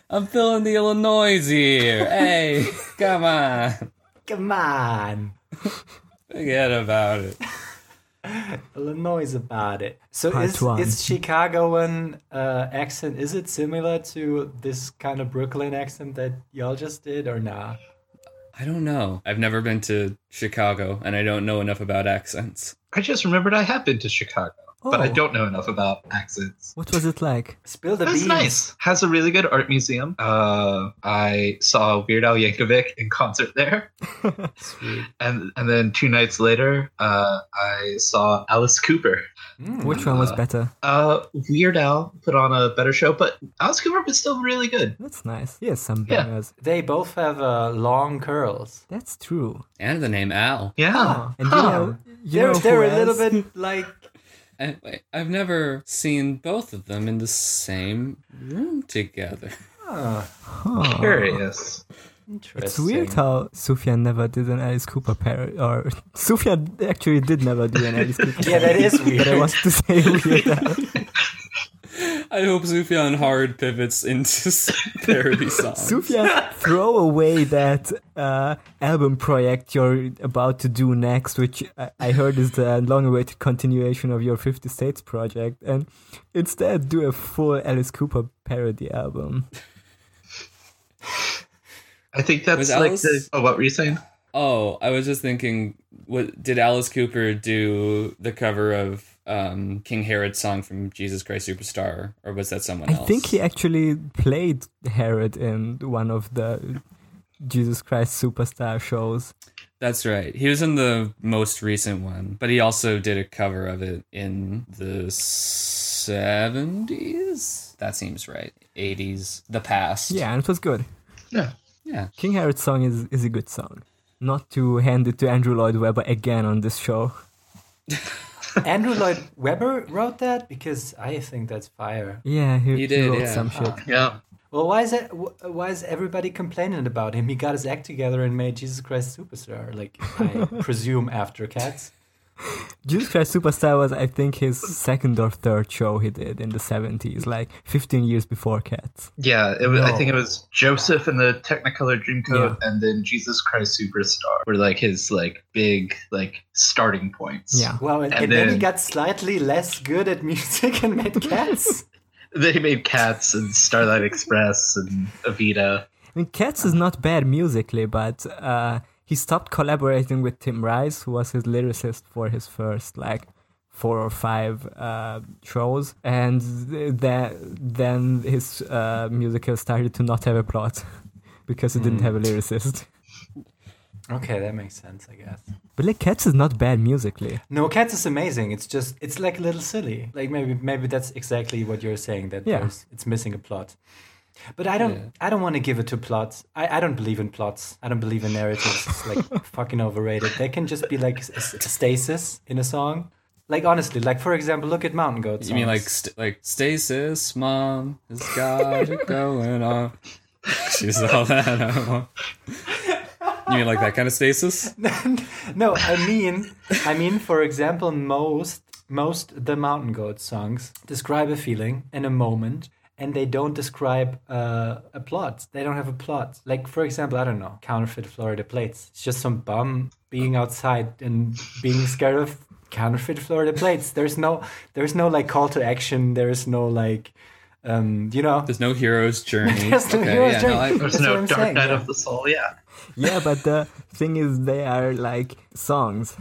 [SPEAKER 3] I'm feeling the Illinois here. Hey, come on.
[SPEAKER 1] Come on,
[SPEAKER 3] Forget about it.
[SPEAKER 1] Illinois about it. So
[SPEAKER 2] Part
[SPEAKER 1] is
[SPEAKER 2] one.
[SPEAKER 1] is Chicagoan uh, accent? Is it similar to this kind of Brooklyn accent that y'all just did, or nah?
[SPEAKER 3] I don't know. I've never been to Chicago and I don't know enough about accents.
[SPEAKER 4] I just remembered I have been to Chicago, but I
[SPEAKER 2] Oh.
[SPEAKER 4] don't know enough about accents.
[SPEAKER 2] What was it like?
[SPEAKER 1] Spill the
[SPEAKER 4] It was
[SPEAKER 1] beans.
[SPEAKER 4] nice. Has a really good art museum. Uh, I saw Weird Al Yankovic in concert there,
[SPEAKER 1] Sweet.
[SPEAKER 4] and and then two nights later, uh, I saw Alice Cooper.
[SPEAKER 1] Mm.
[SPEAKER 2] Which one was better?
[SPEAKER 4] Uh, Weird Al put on a better show, but Alice Cooper was still really good.
[SPEAKER 2] That's nice. He has some
[SPEAKER 4] Yeah.
[SPEAKER 2] bangers.
[SPEAKER 1] They both have uh, long curls.
[SPEAKER 2] That's true.
[SPEAKER 3] And the name Al.
[SPEAKER 4] Yeah,
[SPEAKER 2] And you
[SPEAKER 4] Huh.
[SPEAKER 2] know, you
[SPEAKER 1] they're
[SPEAKER 2] know
[SPEAKER 1] they're
[SPEAKER 2] who
[SPEAKER 1] a little
[SPEAKER 2] else?
[SPEAKER 1] bit like
[SPEAKER 3] I, wait, I've never seen both of them in the same room together.
[SPEAKER 1] huh,
[SPEAKER 2] Huh.
[SPEAKER 4] curious.
[SPEAKER 1] interesting.
[SPEAKER 2] It's weird how Sufjan never did an Alice Cooper parody, or Sufjan actually did never do an Alice Cooper.
[SPEAKER 1] Yeah, that
[SPEAKER 2] parody,
[SPEAKER 1] is
[SPEAKER 2] But I
[SPEAKER 1] weird.
[SPEAKER 2] wanted to say weird. Al.
[SPEAKER 3] I hope Sufjan Hard pivots into parody songs.
[SPEAKER 2] Sufjan, throw away that uh, album project you're about to do next, which I, I heard is the long-awaited continuation of your Fifty States project, and instead do a full Alice Cooper parody album.
[SPEAKER 4] I think that's
[SPEAKER 3] Was
[SPEAKER 4] like
[SPEAKER 3] Alice-
[SPEAKER 4] the. Oh, what were you saying?
[SPEAKER 3] Oh, I was just thinking, what did Alice Cooper do the cover of um, King Herod's song from Jesus Christ Superstar, or was that someone
[SPEAKER 2] I
[SPEAKER 3] else?
[SPEAKER 2] think he actually played Herod in one of the Jesus Christ Superstar shows.
[SPEAKER 3] That's right. He was in the most recent one, but he also did a cover of it in the seventies. That seems right. Eighties, the past.
[SPEAKER 2] Yeah, and it was good.
[SPEAKER 4] Yeah.
[SPEAKER 3] yeah.
[SPEAKER 2] King Herod's song is, is a good song. Not to hand it to Andrew Lloyd Webber again on this show.
[SPEAKER 1] Andrew Lloyd Webber wrote that because I think that's fire.
[SPEAKER 2] Yeah, he,
[SPEAKER 3] He did,
[SPEAKER 2] wrote
[SPEAKER 3] yeah.
[SPEAKER 2] some shit.
[SPEAKER 4] Yeah.
[SPEAKER 1] Well, why is that? wh- Why is everybody complaining about him? He got his act together and made Jesus Christ Superstar, like I presume after Cats.
[SPEAKER 2] Juice Trash Superstar was, I think, his second or third show he did in the 70s, like 15 years before Cats.
[SPEAKER 4] Yeah, it was, I think it was Joseph and the Technicolor Dreamcoat, and then Jesus Christ Superstar were like his like big like starting points.
[SPEAKER 2] Yeah.
[SPEAKER 1] Wow, and,
[SPEAKER 4] And
[SPEAKER 1] and then, he
[SPEAKER 4] then-
[SPEAKER 1] got slightly less good at music and made cats.
[SPEAKER 4] They made Cats and Starlight Express and Evita.
[SPEAKER 2] I mean, Cats is not bad musically, but uh, he stopped collaborating with Tim Rice, who was his lyricist for his first like four or five uh, shows, and th- that then his uh, musical started to not have a plot because it didn't have a lyricist.
[SPEAKER 1] okay, that makes sense, I guess.
[SPEAKER 2] But like, Cats is not bad musically.
[SPEAKER 1] No, cats is amazing. It's just it's like a little silly. Like maybe maybe that's exactly what you're saying that
[SPEAKER 2] Yeah.
[SPEAKER 1] there's, it's missing a plot. But I don't I don't want to give it to plots. I, I don't believe in plots. I don't believe in narratives. It's like fucking overrated. They can just be like s- s- stasis in a song. Like honestly, like for example, look at Mountain Goat.
[SPEAKER 3] You mean like
[SPEAKER 1] songs.
[SPEAKER 3] st- like stasis, mom has got it going on. She's all that. I want. You mean like that kind of stasis?
[SPEAKER 1] No, I mean, I mean, for example, most most the mountain goat songs describe a feeling and a moment, and they don't describe uh, a plot. They don't have a plot. Like for example, I don't know, counterfeit Florida plates. It's just some bum being outside and being scared of counterfeit Florida plates. There's no, there's no like call to action. There is no like, um, you know.
[SPEAKER 3] There's no hero's journey.
[SPEAKER 1] There's no hero's
[SPEAKER 3] yeah,
[SPEAKER 1] journey.
[SPEAKER 3] No,
[SPEAKER 4] There's
[SPEAKER 1] That's what
[SPEAKER 4] no
[SPEAKER 1] I'm
[SPEAKER 4] Dark
[SPEAKER 1] saying,
[SPEAKER 4] Knight
[SPEAKER 1] yeah.
[SPEAKER 4] of the Soul. Yeah,
[SPEAKER 2] Yeah, but the thing is, they are like songs,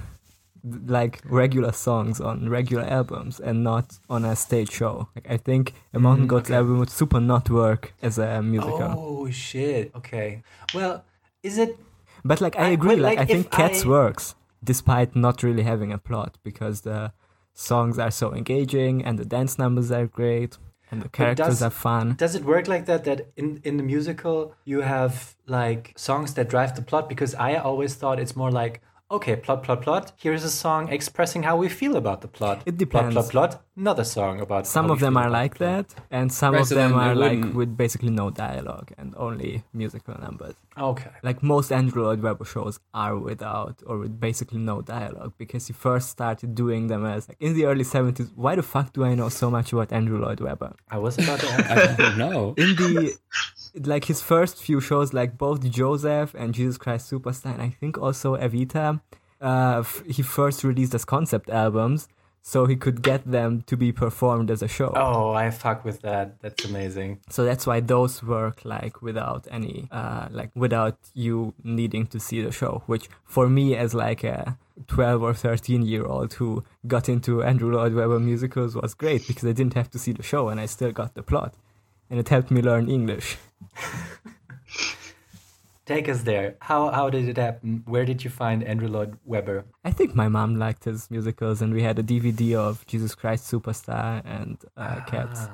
[SPEAKER 2] like regular songs on regular albums, and not on a stage show. Like, I think
[SPEAKER 1] Mm,
[SPEAKER 2] a Mountain Goats album would super not work as a musical.
[SPEAKER 1] Oh shit. Okay. Well, is it?
[SPEAKER 2] But like, I
[SPEAKER 1] I-
[SPEAKER 2] agree.
[SPEAKER 1] but,
[SPEAKER 2] like,
[SPEAKER 1] like,
[SPEAKER 2] I think
[SPEAKER 1] if
[SPEAKER 2] Cats
[SPEAKER 1] I-
[SPEAKER 2] works despite not really having a plot because the songs are so engaging and the dance numbers are great and the characters
[SPEAKER 1] does-
[SPEAKER 2] are fun.
[SPEAKER 1] Does it work like that? That in in the musical you have like songs that drive the plot? Because I always thought it's more like okay, plot, plot, plot. Here's a song expressing how we feel about the plot.
[SPEAKER 2] It
[SPEAKER 1] Plot, plot,
[SPEAKER 2] depends.
[SPEAKER 1] plot. Another song about
[SPEAKER 2] some
[SPEAKER 1] how
[SPEAKER 2] of
[SPEAKER 1] we
[SPEAKER 2] them
[SPEAKER 1] feel
[SPEAKER 2] are
[SPEAKER 1] about
[SPEAKER 2] like
[SPEAKER 1] the plot.
[SPEAKER 2] that, and some
[SPEAKER 3] Right,
[SPEAKER 2] of
[SPEAKER 3] so
[SPEAKER 2] them
[SPEAKER 3] then
[SPEAKER 2] are
[SPEAKER 3] it
[SPEAKER 2] like
[SPEAKER 1] mm.
[SPEAKER 3] wouldn't-
[SPEAKER 2] with basically no dialogue and only musical numbers.
[SPEAKER 1] Okay.
[SPEAKER 2] like most Andrew Lloyd Webber shows are without or with basically no dialogue because he first started doing them as like in the early 70s. Why the fuck do I know so much about Andrew Lloyd Webber?
[SPEAKER 1] I was about to. ask.
[SPEAKER 3] I don't know.
[SPEAKER 2] In the like his first few shows, like both Joseph and Jesus Christ Superstar, and I think also Evita, uh, f- he first released as concept albums so he could get them to be performed as a show.
[SPEAKER 1] Oh, I fuck with that. That's amazing.
[SPEAKER 2] So that's why those work like without any uh like without you needing to see the show, which for me as like a 12 or 13 year old who got into Andrew Lloyd Webber musicals was great because I didn't have to see the show and I still got the plot. And it helped me learn English.
[SPEAKER 1] Take us there. How how did it happen? Where did you find Andrew Lloyd Webber?
[SPEAKER 2] I think my mom liked his musicals and we had a DVD of Jesus Christ Superstar and uh, Cats.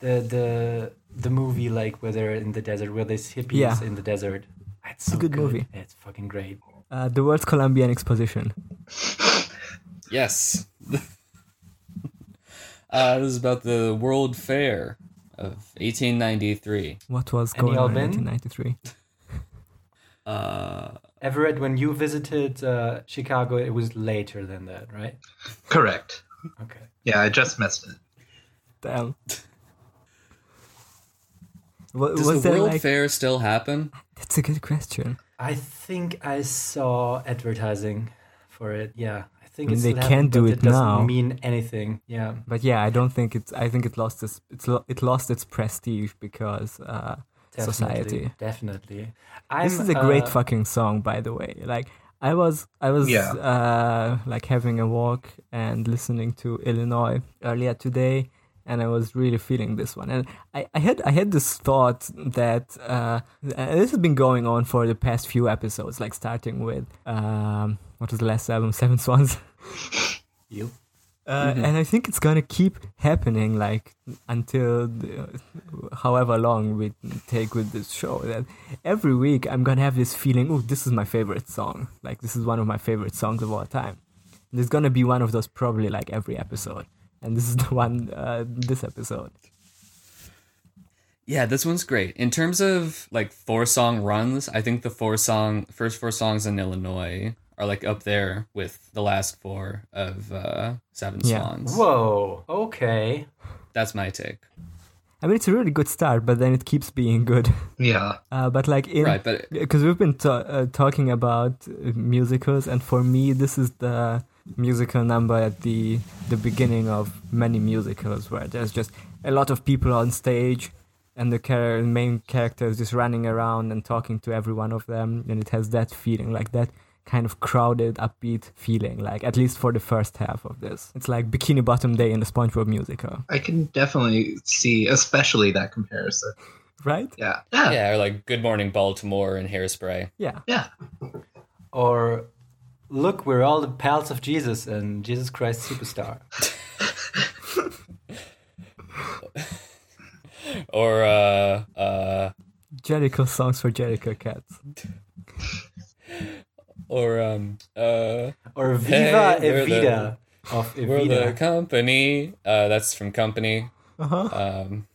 [SPEAKER 1] The the the movie like where they're in the desert, where there's hippies
[SPEAKER 2] Yeah.
[SPEAKER 1] in the desert. It's so
[SPEAKER 2] a good movie.
[SPEAKER 1] It's fucking great.
[SPEAKER 2] Uh, the World's Columbian Exposition.
[SPEAKER 3] Yes. uh, this is about the World Fair of 1893.
[SPEAKER 2] What was
[SPEAKER 1] Any
[SPEAKER 2] going on in
[SPEAKER 1] Alvin?
[SPEAKER 2] 1993?
[SPEAKER 3] Uh,
[SPEAKER 1] Everett, when you visited uh, Chicago, it was later than that, right?
[SPEAKER 4] correct.
[SPEAKER 1] Okay.
[SPEAKER 4] Yeah, I just missed it.
[SPEAKER 2] Damn. Wa-
[SPEAKER 3] does
[SPEAKER 2] was
[SPEAKER 3] the
[SPEAKER 2] there
[SPEAKER 3] World
[SPEAKER 2] like
[SPEAKER 3] Fair still happen?
[SPEAKER 2] That's a good question.
[SPEAKER 1] I think I saw advertising for it. Yeah. I think
[SPEAKER 2] I mean,
[SPEAKER 1] it's
[SPEAKER 2] they
[SPEAKER 1] still
[SPEAKER 2] can
[SPEAKER 1] happened,
[SPEAKER 2] do
[SPEAKER 1] but
[SPEAKER 2] it
[SPEAKER 1] it doesn't
[SPEAKER 2] now.
[SPEAKER 1] mean anything. Yeah.
[SPEAKER 2] But yeah, I don't think it's. I think it lost its. It's lo- it lost its prestige because uh,
[SPEAKER 1] Definitely.
[SPEAKER 2] society.
[SPEAKER 1] Definitely. I'm,
[SPEAKER 2] this is a great
[SPEAKER 1] uh,
[SPEAKER 2] fucking song, by the way. Like I was, I was
[SPEAKER 4] Yeah.
[SPEAKER 2] uh, like having a walk and listening to Illinois earlier today, and I was really feeling this one. And I, I had, I had this thought that uh, and this has been going on for the past few episodes, like starting with um, what was the last album, Seven Swans.
[SPEAKER 1] You?
[SPEAKER 2] Uh, and I think it's gonna keep happening, like until the, however long we take with this show. That every week I'm gonna have this feeling, oh, this is my favorite song. Like this is one of my favorite songs of all time. And there's gonna be one of those probably like every episode, and this is the one uh, this episode.
[SPEAKER 3] Yeah, this one's great. In terms of like four song runs, I think the four song first four songs in Illinois are like up there with the last four of uh, Seven
[SPEAKER 2] Yeah.
[SPEAKER 3] Swans.
[SPEAKER 1] Whoa. Okay.
[SPEAKER 3] That's my take.
[SPEAKER 2] I mean, it's a really good start, but then it keeps being good.
[SPEAKER 4] Yeah.
[SPEAKER 2] Uh, but like in
[SPEAKER 3] Right, but
[SPEAKER 2] because we've been ta uh, talking about uh, musicals, and for me, this is the musical number at the the beginning of many musicals, where there's just a lot of people on stage, and the char- main character is just running around and talking to every one of them, and it has that feeling, like that kind of crowded, upbeat feeling, like at least for the first half of this, it's like Bikini Bottom Day in the SpongeBob musical,
[SPEAKER 4] I can definitely see, especially that comparison.
[SPEAKER 2] right?
[SPEAKER 4] Yeah. Yeah.
[SPEAKER 3] yeah, or like Good Morning Baltimore and Hairspray.
[SPEAKER 2] Yeah.
[SPEAKER 4] yeah.
[SPEAKER 1] Or look, we're all the pals of Jesus and Jesus Christ Superstar.
[SPEAKER 3] Or uh, uh,
[SPEAKER 2] Jericho songs for Jericho cats.
[SPEAKER 3] or um, uh,
[SPEAKER 1] Or Viva
[SPEAKER 3] Hey, we're
[SPEAKER 1] Evita of e
[SPEAKER 3] we're the
[SPEAKER 1] Evita.
[SPEAKER 3] company. Uh, that's from Company.
[SPEAKER 2] Uh-huh.
[SPEAKER 3] Um,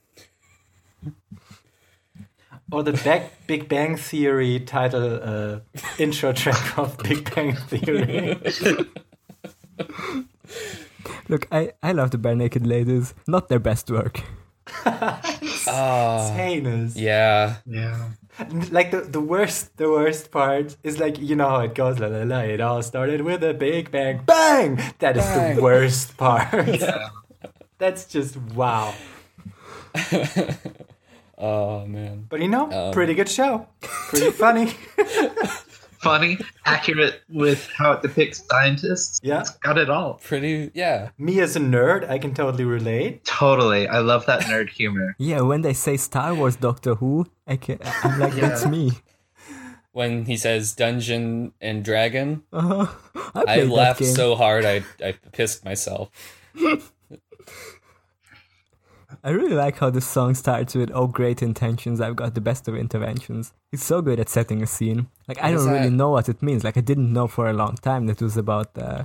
[SPEAKER 1] Or the Back Big Bang Theory title uh, intro track of Big Bang Theory.
[SPEAKER 2] Look, I, I love the bare naked ladies. Not their best work.
[SPEAKER 3] ah,
[SPEAKER 4] Uh,
[SPEAKER 1] It's heinous.
[SPEAKER 3] yeah.
[SPEAKER 4] Yeah.
[SPEAKER 1] Like the, the worst the worst part is like you know how it goes la la la it all started with a big bang bang that is
[SPEAKER 3] Bang.
[SPEAKER 1] the worst part that's just wow
[SPEAKER 3] Oh man.
[SPEAKER 1] but you know
[SPEAKER 4] Um,
[SPEAKER 1] pretty good show pretty funny
[SPEAKER 4] Funny, accurate with how it depicts scientists.
[SPEAKER 1] Yeah.
[SPEAKER 4] It's got it all.
[SPEAKER 3] Pretty. Yeah.
[SPEAKER 1] me as a nerd I can totally relate
[SPEAKER 4] Totally. I love that nerd humor.
[SPEAKER 2] Yeah, when they say Star Wars Doctor Who, I can, I'm like, that's me.
[SPEAKER 3] When he says Dungeon and Dragon,
[SPEAKER 2] Uh-huh. I,
[SPEAKER 3] I
[SPEAKER 2] played that
[SPEAKER 3] laughed
[SPEAKER 2] game.
[SPEAKER 3] so hard I I pissed myself.
[SPEAKER 2] I really like how the song starts with "Oh, great intentions, I've got the best of interventions." It's so good at setting a scene. Like I
[SPEAKER 3] Yes,
[SPEAKER 2] don't really
[SPEAKER 3] I-
[SPEAKER 2] know what it means. Like I didn't know for a long time that it was about uh,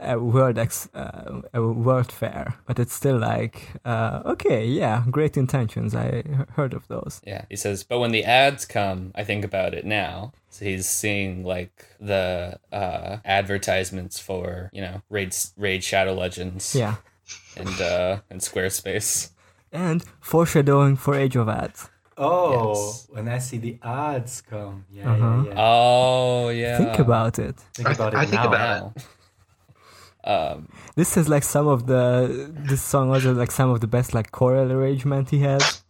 [SPEAKER 2] a world ex- uh, a world fair, but it's still like, uh, okay, yeah, great intentions. I he- heard of those.
[SPEAKER 3] Yeah. He says, but when the ads come, I think about it now. So he's seeing like the uh, advertisements for you know Raid Raid Shadow Legends
[SPEAKER 2] Yeah.
[SPEAKER 3] and uh, and Squarespace.
[SPEAKER 2] and foreshadowing for Age of Ads.
[SPEAKER 1] oh
[SPEAKER 3] Yes.
[SPEAKER 1] when I see the ads come yeah
[SPEAKER 2] Uh-huh.
[SPEAKER 1] yeah yeah
[SPEAKER 3] Oh yeah.
[SPEAKER 2] Think about it.
[SPEAKER 1] think
[SPEAKER 4] I-
[SPEAKER 1] about it
[SPEAKER 4] I think
[SPEAKER 1] now
[SPEAKER 4] about
[SPEAKER 3] Wow. um,
[SPEAKER 2] This is like some of the this song was like some of the best like choral arrangement he has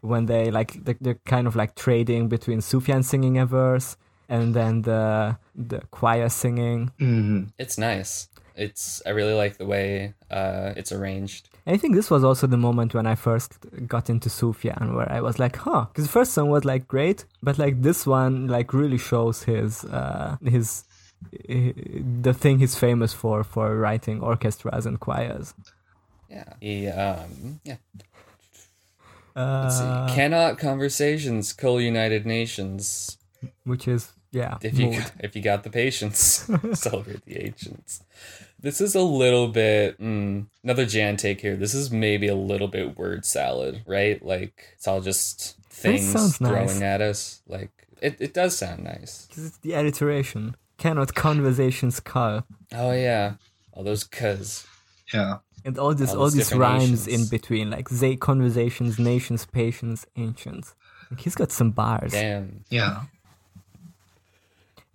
[SPEAKER 2] when they like they- they're kind of like trading between Sufjan singing a verse and then the the choir singing.
[SPEAKER 4] Mhm.
[SPEAKER 3] it's nice. It's I really like the way uh, it's arranged.
[SPEAKER 2] I think this was also the moment when I first got into Sufjan, where I was like, huh, because the first song was like great, but like this one like really shows his uh his eh, the thing he's famous for for writing orchestras and choirs.
[SPEAKER 3] Yeah. He um yeah.
[SPEAKER 2] Uh,
[SPEAKER 3] Let's see. Cannot conversations cull United Nations
[SPEAKER 2] which is yeah
[SPEAKER 3] if you
[SPEAKER 2] mood.
[SPEAKER 3] if you got the patience celebrate the ancients this is a little bit mm, another jan take here this is maybe a little bit word salad right like it's all just things
[SPEAKER 2] sounds
[SPEAKER 3] throwing
[SPEAKER 2] nice.
[SPEAKER 3] at us like it, it does sound nice
[SPEAKER 2] 'Cause it's the alliteration cannot conversations call
[SPEAKER 3] oh yeah all those cuz
[SPEAKER 4] Yeah.
[SPEAKER 2] and all this
[SPEAKER 3] All
[SPEAKER 2] all,
[SPEAKER 3] these
[SPEAKER 2] these
[SPEAKER 3] different
[SPEAKER 2] rhymes
[SPEAKER 3] nations.
[SPEAKER 2] in between like they conversations nations patience ancients like he's got some bars
[SPEAKER 3] damn
[SPEAKER 4] Yeah.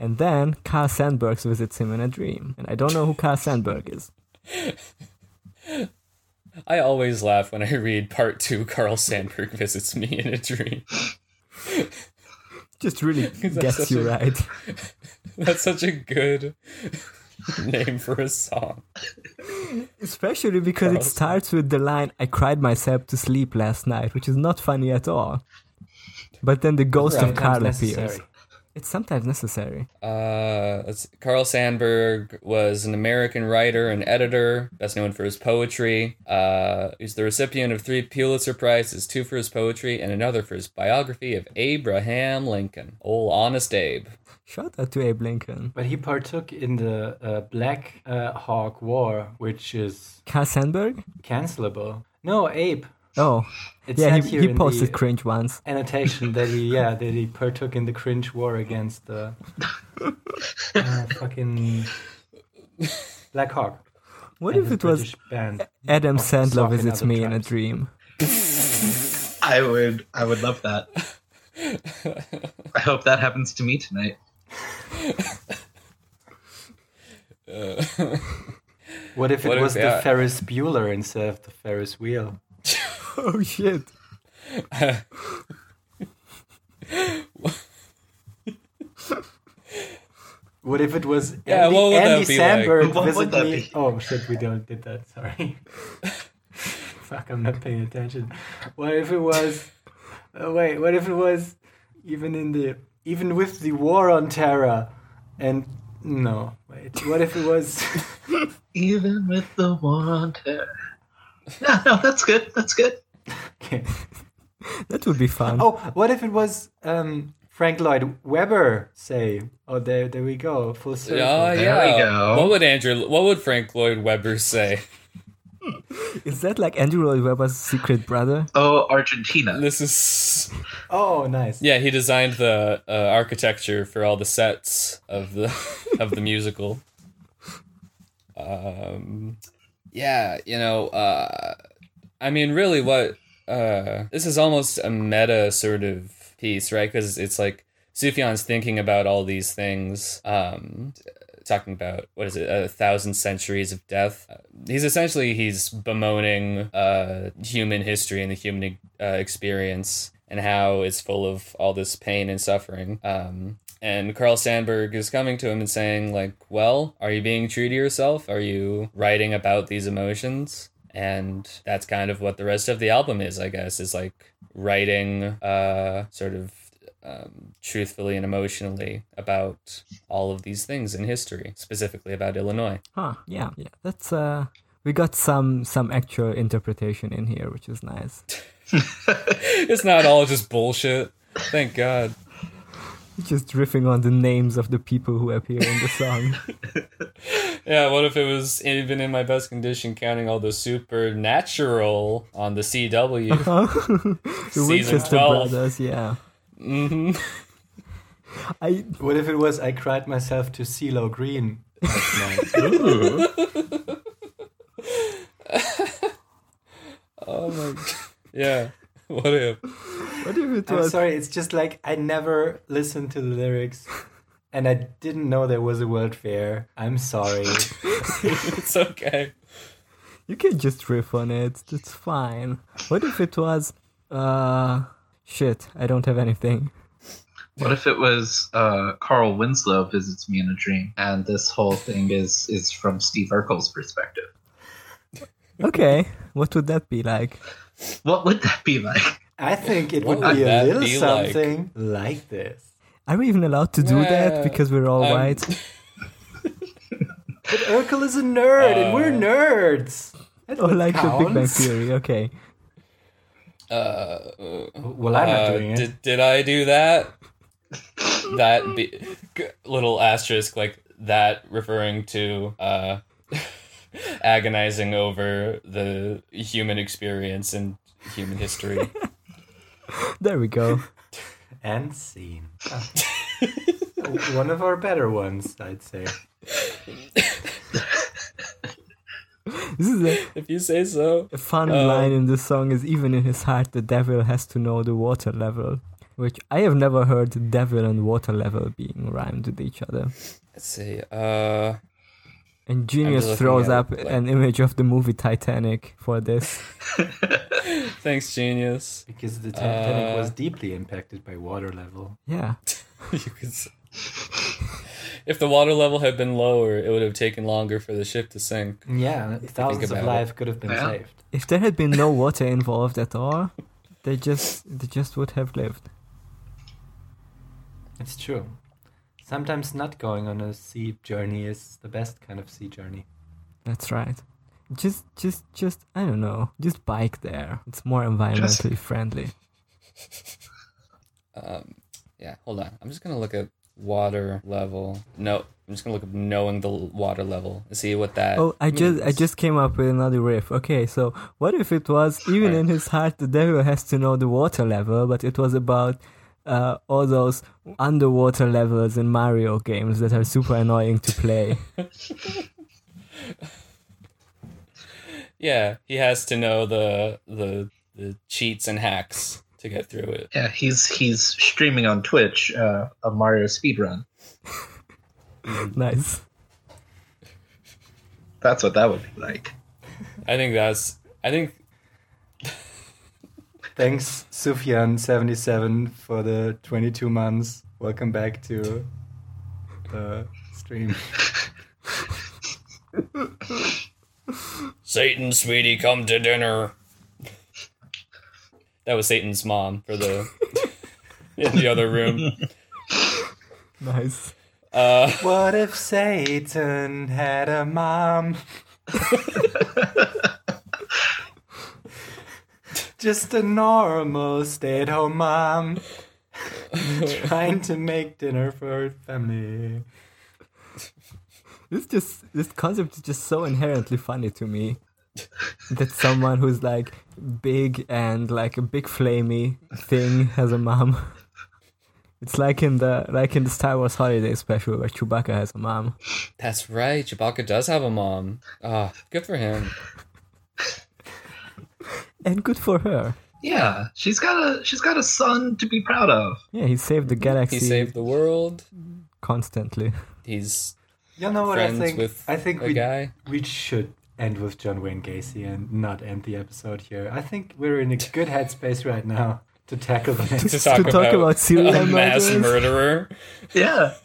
[SPEAKER 2] and then carl sandburgs visits him in a dream and i don't know who carl sandburg is
[SPEAKER 3] i always laugh when i read part 2 carl sandburg visits me in a dream
[SPEAKER 2] just really
[SPEAKER 3] that's
[SPEAKER 2] gets
[SPEAKER 3] such
[SPEAKER 2] you
[SPEAKER 3] a-
[SPEAKER 2] right
[SPEAKER 3] that's such a good name for a song
[SPEAKER 2] especially because it
[SPEAKER 3] Carl
[SPEAKER 2] starts with the line i cried myself to sleep last night which is not funny at all but then the ghost of
[SPEAKER 1] Sometimes
[SPEAKER 2] carl appears
[SPEAKER 1] necessary.
[SPEAKER 2] it's sometimes necessary
[SPEAKER 3] Uh, let's, Carl Sandburg was an American writer and editor, best known for his poetry. Uh, he's the recipient of three Pulitzer Prizes, two for his poetry and another for his biography of Abraham Lincoln. Old Honest Abe.
[SPEAKER 2] shout out to abe lincoln
[SPEAKER 1] But he partook in the uh, Black uh, Hawk War, which is
[SPEAKER 2] Carl Sandburg?
[SPEAKER 1] cancelable. No, Abe.
[SPEAKER 2] Oh,
[SPEAKER 1] It's
[SPEAKER 2] yeah,
[SPEAKER 1] said
[SPEAKER 2] he,
[SPEAKER 1] here
[SPEAKER 2] he
[SPEAKER 1] in
[SPEAKER 2] posted
[SPEAKER 1] the
[SPEAKER 2] cringe once.
[SPEAKER 1] annotation that he yeah that he partook in the cringe war against the uh, fucking Black Hawk.
[SPEAKER 2] What
[SPEAKER 1] and
[SPEAKER 2] if
[SPEAKER 1] the
[SPEAKER 2] it was
[SPEAKER 1] British band?
[SPEAKER 2] Adam
[SPEAKER 1] Oh,
[SPEAKER 2] Sandler
[SPEAKER 1] sock in
[SPEAKER 2] visits
[SPEAKER 1] other
[SPEAKER 2] me in a
[SPEAKER 1] tribes.
[SPEAKER 2] dream?
[SPEAKER 4] I would I would love that. I hope that happens to me tonight.
[SPEAKER 3] Uh,
[SPEAKER 1] What if it
[SPEAKER 3] What if-
[SPEAKER 1] was
[SPEAKER 3] yeah.
[SPEAKER 1] the Ferris Bueller instead of the Ferris wheel?
[SPEAKER 2] Oh shit!
[SPEAKER 1] What if it was
[SPEAKER 3] Yeah,
[SPEAKER 1] Andy,
[SPEAKER 3] what would that
[SPEAKER 1] Andy
[SPEAKER 3] be like?
[SPEAKER 1] Samberg
[SPEAKER 4] What would
[SPEAKER 1] visit
[SPEAKER 4] that
[SPEAKER 1] me?
[SPEAKER 4] be?
[SPEAKER 1] Oh shit, we don't did that. Sorry. Fuck, I'm not paying attention. What if it was? Oh, wait, what if it was even in the even with the war on terror and no wait what if it was
[SPEAKER 4] Even with the wanted. No, no, that's good. That's good.
[SPEAKER 1] Okay.
[SPEAKER 2] That would be fun.
[SPEAKER 1] oh what if it was um Frank Lloyd Webber say oh there there we go full circle
[SPEAKER 3] yeah,
[SPEAKER 4] we
[SPEAKER 3] yeah.
[SPEAKER 4] go.
[SPEAKER 3] What would Andrew? What would Frank Lloyd Webber say?
[SPEAKER 2] Is that like Andrew Lloyd Webber's secret brother?
[SPEAKER 4] Oh, Argentina.
[SPEAKER 3] This is
[SPEAKER 1] oh nice
[SPEAKER 3] yeah. He designed the uh, architecture for all the sets of the of the musical. Um, yeah, you know, uh, I mean, really, what uh, this is almost a meta sort of piece, right? Because it's like Sufjan's thinking about all these things. Um, talking about what is it a thousand centuries of death Uh, he's essentially he's bemoaning uh human history and the human uh, experience and how it's full of all this pain and suffering um and Carl Sandburg is coming to him and saying like well are you being true to yourself are you writing about these emotions and that's kind of what the rest of the album is i guess is like writing uh sort of um, truthfully and emotionally about all of these things in history, specifically about Illinois.
[SPEAKER 2] Huh? Yeah, yeah. That's uh, we got some some actual interpretation in here, which is nice.
[SPEAKER 3] It's not all just bullshit. Thank God.
[SPEAKER 2] Just riffing on the names of the people who appear in the song.
[SPEAKER 3] Yeah, what if it was even in my best condition counting all the supernatural on the CW?
[SPEAKER 2] the Winchester
[SPEAKER 3] 12.
[SPEAKER 2] brothers, yeah.
[SPEAKER 3] hmm
[SPEAKER 2] I
[SPEAKER 1] What if it was I cried myself to CeeLo Green? last night?
[SPEAKER 4] Ooh.
[SPEAKER 3] Oh my God. Yeah. What if?
[SPEAKER 2] what if it
[SPEAKER 1] I'm
[SPEAKER 2] was
[SPEAKER 1] sorry, it's just like I never listened to the lyrics and I didn't know there was a world fair. I'm sorry.
[SPEAKER 3] It's okay.
[SPEAKER 2] you can just riff on it, that's fine. What if it was uh shit, I don't have anything.
[SPEAKER 4] What if it was uh, Carl Winslow visits me in a dream, and this whole thing is is from Steve Urkel's perspective?
[SPEAKER 2] Okay. What would that be like?
[SPEAKER 4] What would that be like?
[SPEAKER 1] I think it
[SPEAKER 3] What
[SPEAKER 1] would
[SPEAKER 3] would
[SPEAKER 1] be a
[SPEAKER 3] that
[SPEAKER 1] little
[SPEAKER 3] be like?
[SPEAKER 1] something like? this.
[SPEAKER 2] Are we even allowed to do
[SPEAKER 3] Yeah,
[SPEAKER 2] that because we're all
[SPEAKER 3] um,
[SPEAKER 2] white?
[SPEAKER 1] But Urkel is a nerd and
[SPEAKER 3] Uh,
[SPEAKER 1] we're nerds. That
[SPEAKER 2] Or
[SPEAKER 1] would
[SPEAKER 2] like the Big Bang
[SPEAKER 1] count.
[SPEAKER 2] Theory, okay.
[SPEAKER 3] Uh,
[SPEAKER 1] Well, I'm not
[SPEAKER 3] Uh,
[SPEAKER 1] doing it.
[SPEAKER 3] Did, did I do that? that be, g- little asterisk like that referring to uh, agonizing over the human experience and human history.
[SPEAKER 2] There we go.
[SPEAKER 1] and scene. Ah. One of our better ones, I'd say.
[SPEAKER 2] This is a,
[SPEAKER 3] if you say so.
[SPEAKER 2] a fun
[SPEAKER 3] Um,
[SPEAKER 2] line in this song is even in his heart the devil has to know the water level. Which I have never heard devil and water level being rhymed with each other.
[SPEAKER 3] Let's see. Uh,
[SPEAKER 2] And
[SPEAKER 3] I'm
[SPEAKER 2] Genius
[SPEAKER 3] just
[SPEAKER 2] throws
[SPEAKER 3] looking at
[SPEAKER 2] up
[SPEAKER 3] it, like-
[SPEAKER 2] an image of the movie Titanic for this.
[SPEAKER 3] thanks, genius.
[SPEAKER 1] Because the Titanic
[SPEAKER 3] Uh,
[SPEAKER 1] was deeply impacted by water level.
[SPEAKER 2] Yeah.
[SPEAKER 3] you could. s- If the water level had been lower, it would have taken longer for the ship to sink.
[SPEAKER 1] Yeah, thousands of
[SPEAKER 3] about it.
[SPEAKER 1] lives could have been
[SPEAKER 4] Yeah.
[SPEAKER 1] saved.
[SPEAKER 2] If there had been no water involved at all, they just they just would have lived.
[SPEAKER 1] It's true. Sometimes not going on a sea journey is the best kind of sea journey.
[SPEAKER 2] That's right. Just just just I don't know. Just bike there. It's more environmentally friendly.
[SPEAKER 3] Um, yeah, hold on. I'm just gonna look at water level. No, I'm just gonna look up knowing the l- water level and see what that.
[SPEAKER 2] Oh, I just I
[SPEAKER 3] means.
[SPEAKER 2] just came up with another riff. Okay, so what if it was even in his heart the devil has to know the water level, but it was about uh, all those underwater levels in Mario games that are super annoying to play.
[SPEAKER 3] Yeah, he has to know the the the cheats and hacks to get through it.
[SPEAKER 4] Yeah, he's he's streaming on Twitch uh, a Mario speedrun.
[SPEAKER 2] nice.
[SPEAKER 4] That's what that would be like.
[SPEAKER 3] I think that's. I think
[SPEAKER 1] Thanks, Sufyan77, for the 22 months. Welcome back to the stream.
[SPEAKER 3] Satan, sweetie, come to dinner. That was Satan's mom for the in the other room.
[SPEAKER 2] Nice.
[SPEAKER 3] Uh,
[SPEAKER 1] What if Satan had a mom? Just a normal stay at home mom trying to make dinner for her family.
[SPEAKER 2] This just this concept is just so inherently funny to me. that someone who's like big and like a big flamey thing has a mom. It's like in the like in the Star Wars holiday special where Chewbacca has a mom.
[SPEAKER 3] that's right. Chewbacca does have a mom. Ah, good for him.
[SPEAKER 2] And good for her.
[SPEAKER 4] Yeah, she's got a she's got a son to be proud of.
[SPEAKER 2] Yeah, he saved the galaxy
[SPEAKER 3] He saved the world.
[SPEAKER 2] constantly.
[SPEAKER 3] He's
[SPEAKER 1] You know what
[SPEAKER 3] friends
[SPEAKER 1] I think?
[SPEAKER 3] with
[SPEAKER 1] I think
[SPEAKER 3] a
[SPEAKER 1] we
[SPEAKER 3] guy.
[SPEAKER 1] we should end with John Wayne Gacy and not end the episode here. I think we're in a good headspace right now to tackle the next.
[SPEAKER 3] To talk,
[SPEAKER 2] talk
[SPEAKER 3] about,
[SPEAKER 2] about serial
[SPEAKER 3] a mass
[SPEAKER 2] murderers.
[SPEAKER 3] murderer.
[SPEAKER 4] Yeah,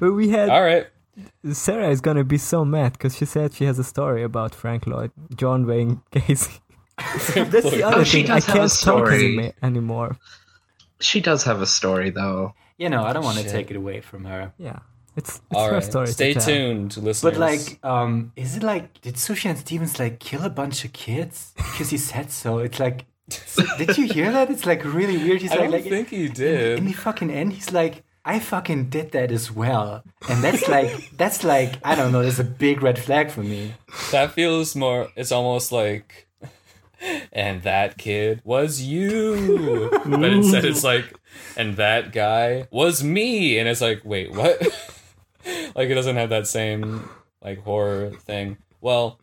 [SPEAKER 2] But we had
[SPEAKER 3] All right.
[SPEAKER 2] Sarah is gonna be so mad because she said she has a story about Frank Lloyd, John Wayne Gacy. That's the other
[SPEAKER 4] Oh, she
[SPEAKER 2] thing. I
[SPEAKER 4] does have a
[SPEAKER 2] can't talk
[SPEAKER 4] story.
[SPEAKER 2] anima- anymore.
[SPEAKER 4] she does have a story though.
[SPEAKER 1] You know, I don't want to
[SPEAKER 3] Shit.
[SPEAKER 1] take it away from her.
[SPEAKER 2] Yeah, it's, it's
[SPEAKER 3] All
[SPEAKER 2] her
[SPEAKER 3] right.
[SPEAKER 2] story. to
[SPEAKER 3] Stay
[SPEAKER 2] tell.
[SPEAKER 3] tuned, listeners.
[SPEAKER 1] But like, um, is it like did Sushi and Stevens like kill a bunch of kids because he said so? It's like, did you hear that? It's like really weird. He's
[SPEAKER 3] I
[SPEAKER 1] like,
[SPEAKER 3] don't
[SPEAKER 1] like
[SPEAKER 3] think he
[SPEAKER 1] in
[SPEAKER 3] did.
[SPEAKER 1] the fucking end, he's like, I fucking did that as well, and that's like, that's like, I don't know. There's a big red flag for me.
[SPEAKER 3] That feels more. It's almost like. And that kid was you. but instead, it's like, and that guy was me. And it's like, wait, what? like, it doesn't have that same, like, horror thing. Well,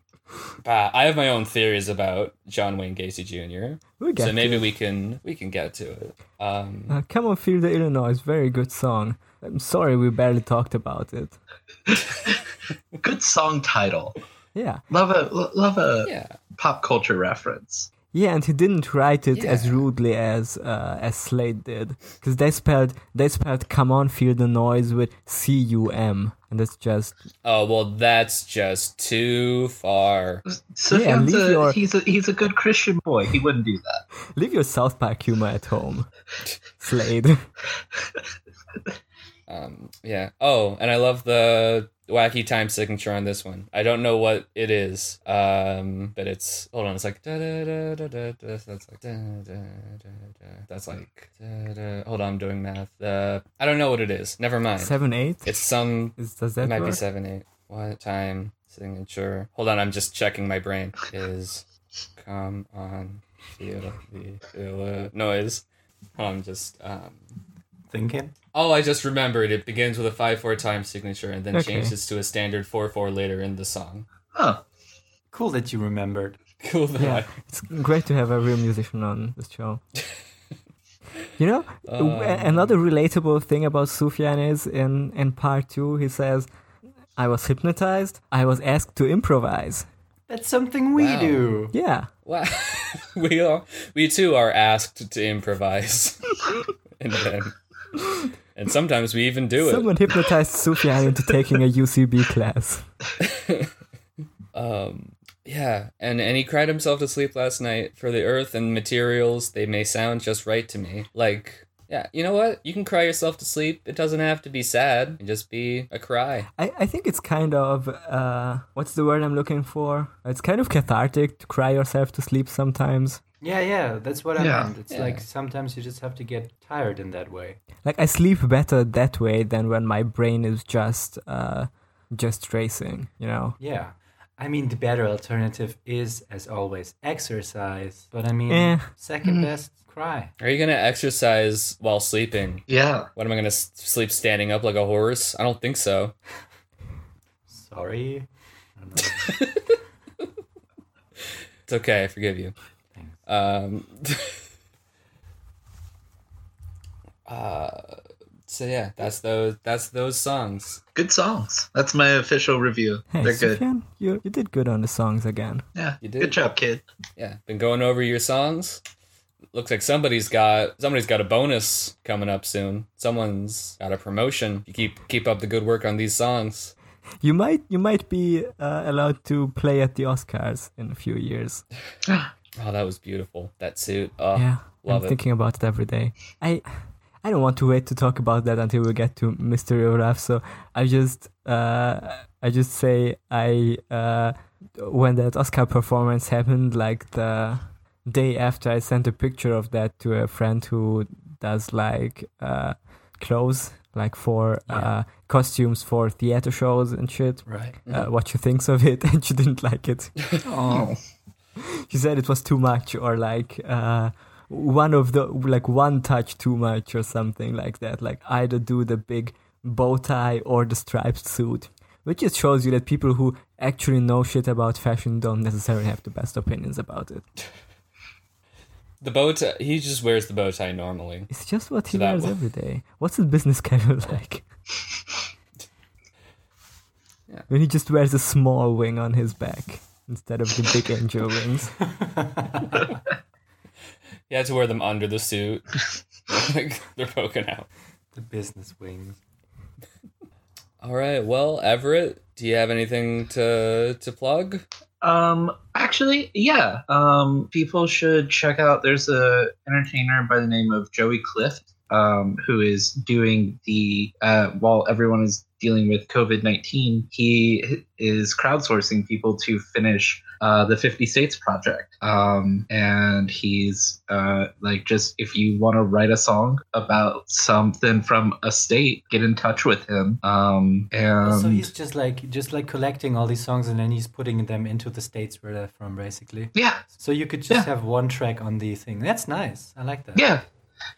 [SPEAKER 3] bah, I have my own theories about John Wayne Gacy Jr.
[SPEAKER 2] We'll get
[SPEAKER 3] so maybe
[SPEAKER 2] to it.
[SPEAKER 3] we can we can get to it. Um,
[SPEAKER 2] Uh, Come on, Feel the Illinois. Very good song. I'm sorry we barely talked about it.
[SPEAKER 4] Good song title.
[SPEAKER 2] Yeah,
[SPEAKER 4] Love a lo- love a
[SPEAKER 3] yeah.
[SPEAKER 4] pop culture reference.
[SPEAKER 2] yeah, and he didn't write it as
[SPEAKER 3] Yeah.
[SPEAKER 2] rudely as uh, as Slade did, because they spelled they spelled "Come on, Feel the Noise" with C U M, and that's just
[SPEAKER 3] Oh well, that's just too far.
[SPEAKER 4] Sufjan's
[SPEAKER 2] leave
[SPEAKER 4] a,
[SPEAKER 2] your-
[SPEAKER 4] he's a he's a good Christian boy. He wouldn't do that.
[SPEAKER 2] leave your South Park humor at home, Slade.
[SPEAKER 3] Um, yeah. Oh, and I love the wacky time signature on this one. I don't know what it is, um, but it's hold on. It's like da da da da da. da. That's like da da da da. That's like da da. Hold on, I'm doing math. Uh, I don't know what it is. Never mind.
[SPEAKER 2] Seven eight.
[SPEAKER 3] It's some.
[SPEAKER 2] Is, does
[SPEAKER 3] It
[SPEAKER 2] that
[SPEAKER 3] might be
[SPEAKER 2] work?
[SPEAKER 3] seven eight. What time signature? Hold on, I'm just checking my brain. Is come on, feel the uh, noise. I'm just um.
[SPEAKER 1] Thinking.
[SPEAKER 3] Oh, I just remembered. It begins with a 5 4 time signature and then
[SPEAKER 2] Okay.
[SPEAKER 3] changes to a standard 4 4 later in the song.
[SPEAKER 4] Huh.
[SPEAKER 1] Cool that you remembered.
[SPEAKER 3] Cool. though.
[SPEAKER 2] Yeah, it's great to have a real musician on this show. you know, w-
[SPEAKER 3] Um,
[SPEAKER 2] another relatable thing about Sufjan is in, in part two, he says, I was hypnotized, I was asked to improvise.
[SPEAKER 1] That's something we
[SPEAKER 3] Wow.
[SPEAKER 1] do.
[SPEAKER 2] Yeah,
[SPEAKER 3] Wow. we are we too are asked to improvise. and then and sometimes we even do it.
[SPEAKER 2] someone hypnotized Sufjan into taking a UCB class.
[SPEAKER 3] Um yeah, and and he cried himself to sleep last night for the earth and materials they may sound just right to me. Like yeah, you know what? You can cry yourself to sleep. It doesn't have to be sad. It just be a cry.
[SPEAKER 2] I, I think it's kind of, uh, what's the word I'm looking for? It's kind of cathartic to cry yourself to sleep sometimes.
[SPEAKER 1] Yeah, yeah, that's what I
[SPEAKER 4] Yeah.
[SPEAKER 1] meant. It's
[SPEAKER 3] Yeah.
[SPEAKER 1] like sometimes you just have to get tired in that way.
[SPEAKER 2] Like I sleep better that way than when my brain is just uh just racing, you know.
[SPEAKER 1] Yeah. I mean, the better alternative is, as always, exercise. But I mean,
[SPEAKER 2] Eh.
[SPEAKER 1] second
[SPEAKER 4] Mhm.
[SPEAKER 1] best, cry.
[SPEAKER 3] Are you gonna exercise while sleeping?
[SPEAKER 4] Yeah.
[SPEAKER 3] What am I gonna s- sleep standing up like a horse? I don't think so.
[SPEAKER 1] Sorry. I don't know.
[SPEAKER 3] It's okay. I forgive you.
[SPEAKER 1] Thanks.
[SPEAKER 3] Um, uh, so yeah, that's those. That's those songs.
[SPEAKER 4] Good songs. That's my official review.
[SPEAKER 2] Hey,
[SPEAKER 4] They're good.
[SPEAKER 2] Sufyan, you you did good on the songs again.
[SPEAKER 4] Yeah.
[SPEAKER 3] You did.
[SPEAKER 4] Good job, kid.
[SPEAKER 3] Yeah, been going over your songs. Looks like somebody's got somebody's got a bonus coming up soon. Someone's got a promotion. You keep keep up the good work on these songs.
[SPEAKER 2] You might you might be uh, allowed to play at the Oscars in a few years.
[SPEAKER 3] Oh, that was beautiful. That suit. Oh,
[SPEAKER 2] yeah,
[SPEAKER 3] love
[SPEAKER 2] I'm
[SPEAKER 3] it.
[SPEAKER 2] thinking about it every day. I I don't want to wait to talk about that until we get to Mystery of Raf. So I just uh, I just say I uh, when that Oscar performance happened, like the day after, I sent a picture of that to a friend who does like uh, clothes, like for uh, costumes for theater shows and shit.
[SPEAKER 1] Right.
[SPEAKER 2] Uh, what she thinks of it, and she didn't like it
[SPEAKER 4] Oh.
[SPEAKER 2] she said it was too much or like uh one of the like one touch too much or something like that like either do the big bow tie or the striped suit which just shows you that people who actually know shit about fashion don't necessarily have the best opinions about it
[SPEAKER 3] The bow tie. He just wears the bow tie normally.
[SPEAKER 2] it's just what he
[SPEAKER 3] So that
[SPEAKER 2] wears
[SPEAKER 3] was-
[SPEAKER 2] every day what's his business casual like
[SPEAKER 3] Yeah.
[SPEAKER 2] when he just wears a small wing on his back instead of the big angel wings
[SPEAKER 3] He had to wear them under the suit. Like, They're poking out.
[SPEAKER 1] The business wings.
[SPEAKER 3] All right. Well, Everett, do you have anything to to plug?
[SPEAKER 4] Um actually, yeah. Um people should check out there's a entertainer by the name of Joey Clift um who is doing the uh while everyone is dealing with COVID-19, he is crowdsourcing people to finish uh, the 50 States Project. Um, and he's uh, like, just if you want to write a song about something from a state, get in touch with him. Um, and
[SPEAKER 1] so he's just like just like collecting all these songs and then he's putting them into the states where they're from, basically.
[SPEAKER 4] yeah,
[SPEAKER 1] So you could just have one track on the thing. That's nice. I like that.
[SPEAKER 4] yeah.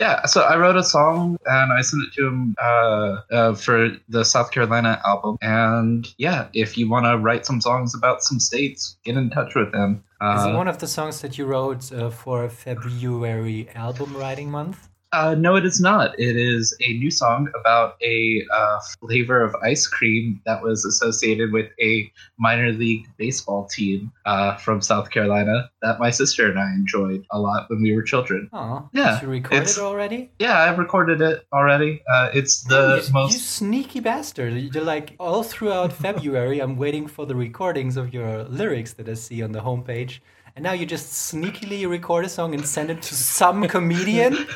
[SPEAKER 4] Yeah, so I wrote a song and I sent it to him uh, uh, for the South Carolina album. And yeah, if you want to write some songs about some states, get in touch with him.
[SPEAKER 1] Is it
[SPEAKER 4] Uh,
[SPEAKER 1] one of the songs that you wrote uh, for February album writing month?
[SPEAKER 4] Uh, no, it is not. It is a new song about a uh, flavor of ice cream that was associated with a minor league baseball team uh, from South Carolina that my sister and I enjoyed a lot when we were children.
[SPEAKER 1] Oh,
[SPEAKER 4] Yeah,
[SPEAKER 1] Did you record
[SPEAKER 4] it's-
[SPEAKER 1] it already?
[SPEAKER 4] Yeah, I've recorded it already. Uh, it's the
[SPEAKER 1] you, you
[SPEAKER 4] most.
[SPEAKER 1] sneaky bastard. You're like all throughout February, I'm waiting for the recordings of your lyrics that I see on the homepage. And now you just sneakily record a song and send it to some comedian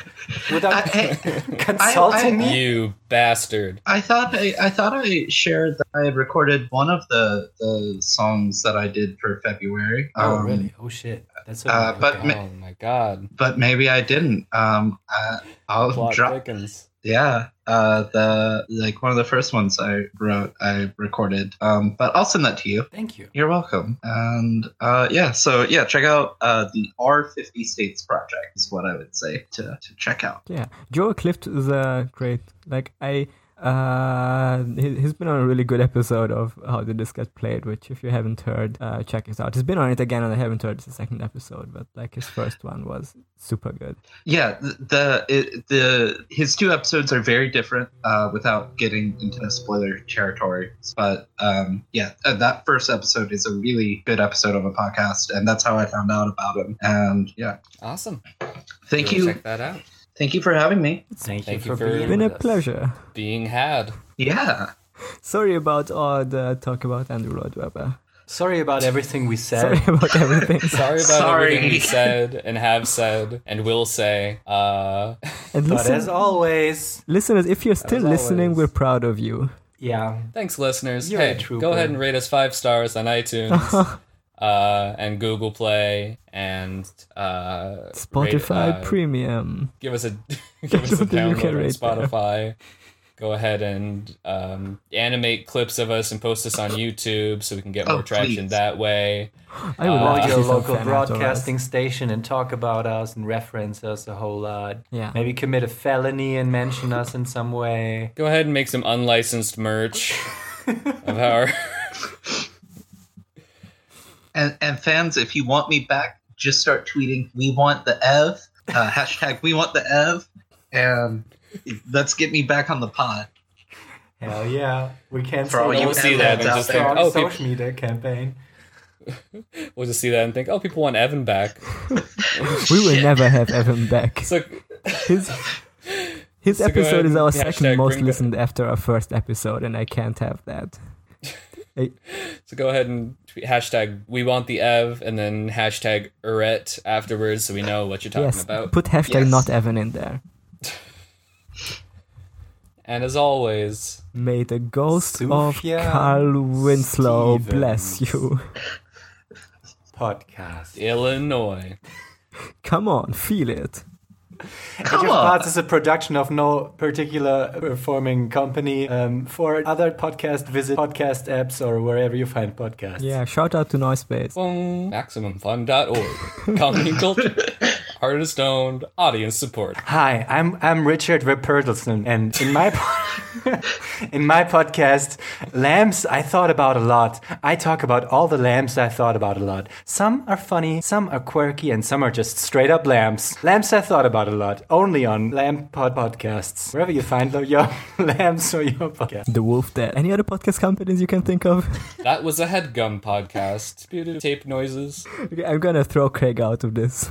[SPEAKER 1] without
[SPEAKER 4] I-
[SPEAKER 1] consulting me.
[SPEAKER 3] You bastard.
[SPEAKER 4] I thought I, I thought I shared that I had recorded one of the the songs that I did for February.
[SPEAKER 1] oh,
[SPEAKER 4] Um,
[SPEAKER 1] really? Oh, shit. That's so
[SPEAKER 4] uh,
[SPEAKER 1] weird.
[SPEAKER 4] but
[SPEAKER 1] Okay.
[SPEAKER 4] ma-
[SPEAKER 3] Oh my god.
[SPEAKER 4] But maybe I didn't. Um, uh, I'll
[SPEAKER 3] Plot
[SPEAKER 4] drop.
[SPEAKER 3] thickens.
[SPEAKER 4] Yeah, uh, the like one of the first ones I wrote, I recorded. Um, but I'll send that to you.
[SPEAKER 1] Thank you.
[SPEAKER 4] You're welcome. And uh, yeah, so yeah, check out uh, the R50 States Project is what I would say to, to check out.
[SPEAKER 2] Yeah, Joe Clift is uh, great. Like I, uh, he, he's been on a really good episode of How Did This Get Played, which if you haven't heard, uh, check it out. He's been on it again, and I haven't heard the second episode, but like his first one was super good.
[SPEAKER 4] Yeah, th- the it, the his two episodes are very different. Uh, without getting into spoiler territory, but um, yeah, uh, that first episode is a really good episode of a podcast, and that's how I found out about him. And yeah,
[SPEAKER 3] Awesome.
[SPEAKER 4] thank
[SPEAKER 3] Go
[SPEAKER 4] you,
[SPEAKER 3] Check that out.
[SPEAKER 4] thank you for having me.
[SPEAKER 1] Thank,
[SPEAKER 3] Thank
[SPEAKER 1] you for
[SPEAKER 3] you for-
[SPEAKER 1] being
[SPEAKER 2] Been a
[SPEAKER 1] with us.
[SPEAKER 2] pleasure.
[SPEAKER 3] Being had.
[SPEAKER 4] Yeah.
[SPEAKER 2] Sorry about all the talk about Andrew Lloyd Webber.
[SPEAKER 1] Sorry about everything we said.
[SPEAKER 2] Sorry about everything.
[SPEAKER 3] Sorry about
[SPEAKER 4] Sorry.
[SPEAKER 3] everything we said and have said and will say. Uh,
[SPEAKER 2] And
[SPEAKER 1] But as
[SPEAKER 2] listen,
[SPEAKER 1] always,
[SPEAKER 2] listeners, if you're still
[SPEAKER 3] always-
[SPEAKER 2] listening, we're proud of you.
[SPEAKER 1] yeah,
[SPEAKER 3] thanks, listeners.
[SPEAKER 1] You're a
[SPEAKER 3] hey,
[SPEAKER 1] trooper.
[SPEAKER 3] go ahead and rate us five stars on iTunes. uh, and Google Play and uh,
[SPEAKER 2] Spotify
[SPEAKER 3] rate- uh,
[SPEAKER 2] Premium.
[SPEAKER 3] give us a give us a
[SPEAKER 2] don't think you
[SPEAKER 3] download
[SPEAKER 2] can
[SPEAKER 3] on
[SPEAKER 2] rate that.
[SPEAKER 3] Spotify. Go ahead and um, animate clips of us and post us on YouTube so we can get
[SPEAKER 4] Oh,
[SPEAKER 3] more traction
[SPEAKER 4] please.
[SPEAKER 3] that way.
[SPEAKER 2] I would
[SPEAKER 3] Uh,
[SPEAKER 2] love
[SPEAKER 1] Plug
[SPEAKER 2] to
[SPEAKER 1] your
[SPEAKER 2] see some
[SPEAKER 1] local
[SPEAKER 2] fan art of us.
[SPEAKER 1] broadcasting station and talk about us and reference us a whole lot.
[SPEAKER 2] Yeah.
[SPEAKER 1] Maybe commit a felony and mention us in some way.
[SPEAKER 3] Go ahead and make some unlicensed merch of our.
[SPEAKER 4] And, and fans, if you want me back, just start tweeting. We want the Ev. Uh, hashtag we want the Ev. And let's get me back on the pod.
[SPEAKER 1] Hell yeah. We can't
[SPEAKER 4] For all
[SPEAKER 1] say
[SPEAKER 4] you
[SPEAKER 1] no to
[SPEAKER 3] see that and
[SPEAKER 1] That's
[SPEAKER 3] just
[SPEAKER 1] a
[SPEAKER 3] think,
[SPEAKER 1] strong
[SPEAKER 3] oh,
[SPEAKER 1] social
[SPEAKER 3] people-
[SPEAKER 1] media campaign.
[SPEAKER 3] We'll just see that and think, oh, people want Evan back.
[SPEAKER 2] We will
[SPEAKER 4] Shit.
[SPEAKER 2] never have Evan back.
[SPEAKER 3] So
[SPEAKER 2] His, his
[SPEAKER 3] So go ahead
[SPEAKER 2] episode is
[SPEAKER 3] and
[SPEAKER 2] our
[SPEAKER 3] hashtag
[SPEAKER 2] second most
[SPEAKER 3] bring back-
[SPEAKER 2] listened after our first episode, and I can't have that. Uh,
[SPEAKER 3] So go ahead and tweet hashtag we want the Ev and then hashtag Uret afterwards so we know what you're talking
[SPEAKER 2] yes,
[SPEAKER 3] about.
[SPEAKER 2] put hashtag
[SPEAKER 4] Yes.
[SPEAKER 2] not Evan in there.
[SPEAKER 3] And as always,
[SPEAKER 2] May the ghost
[SPEAKER 1] Sufjan
[SPEAKER 2] of Carl Winslow bless
[SPEAKER 1] Stevens.
[SPEAKER 2] you.
[SPEAKER 1] Podcast.
[SPEAKER 3] Illinois.
[SPEAKER 2] Come on, feel it.
[SPEAKER 4] Come
[SPEAKER 1] Your
[SPEAKER 4] on.
[SPEAKER 1] Parts is a production of no particular performing company. Um, for other podcast, visit podcast apps or wherever you find podcasts.
[SPEAKER 2] Yeah, shout out to Noisepace.
[SPEAKER 3] Boom. MaximumFun.org. Comedy and culture. Heart of Stone. Audience support.
[SPEAKER 1] Hi, I'm I'm Richard Ripertelson, and in my po- in my podcast, lamps I thought about a lot. I talk about all the lamps I thought about a lot. Some are funny, some are quirky, and some are just straight up lamps. Lamps I thought about a lot, only on Lamp Pod podcasts, wherever you find lo- your lamps or your podcast.
[SPEAKER 2] The Wolf Dead. Any other podcast companies you can think of?
[SPEAKER 3] That was a headgum podcast. Disputed tape noises.
[SPEAKER 2] Okay, I'm gonna throw Craig out of this.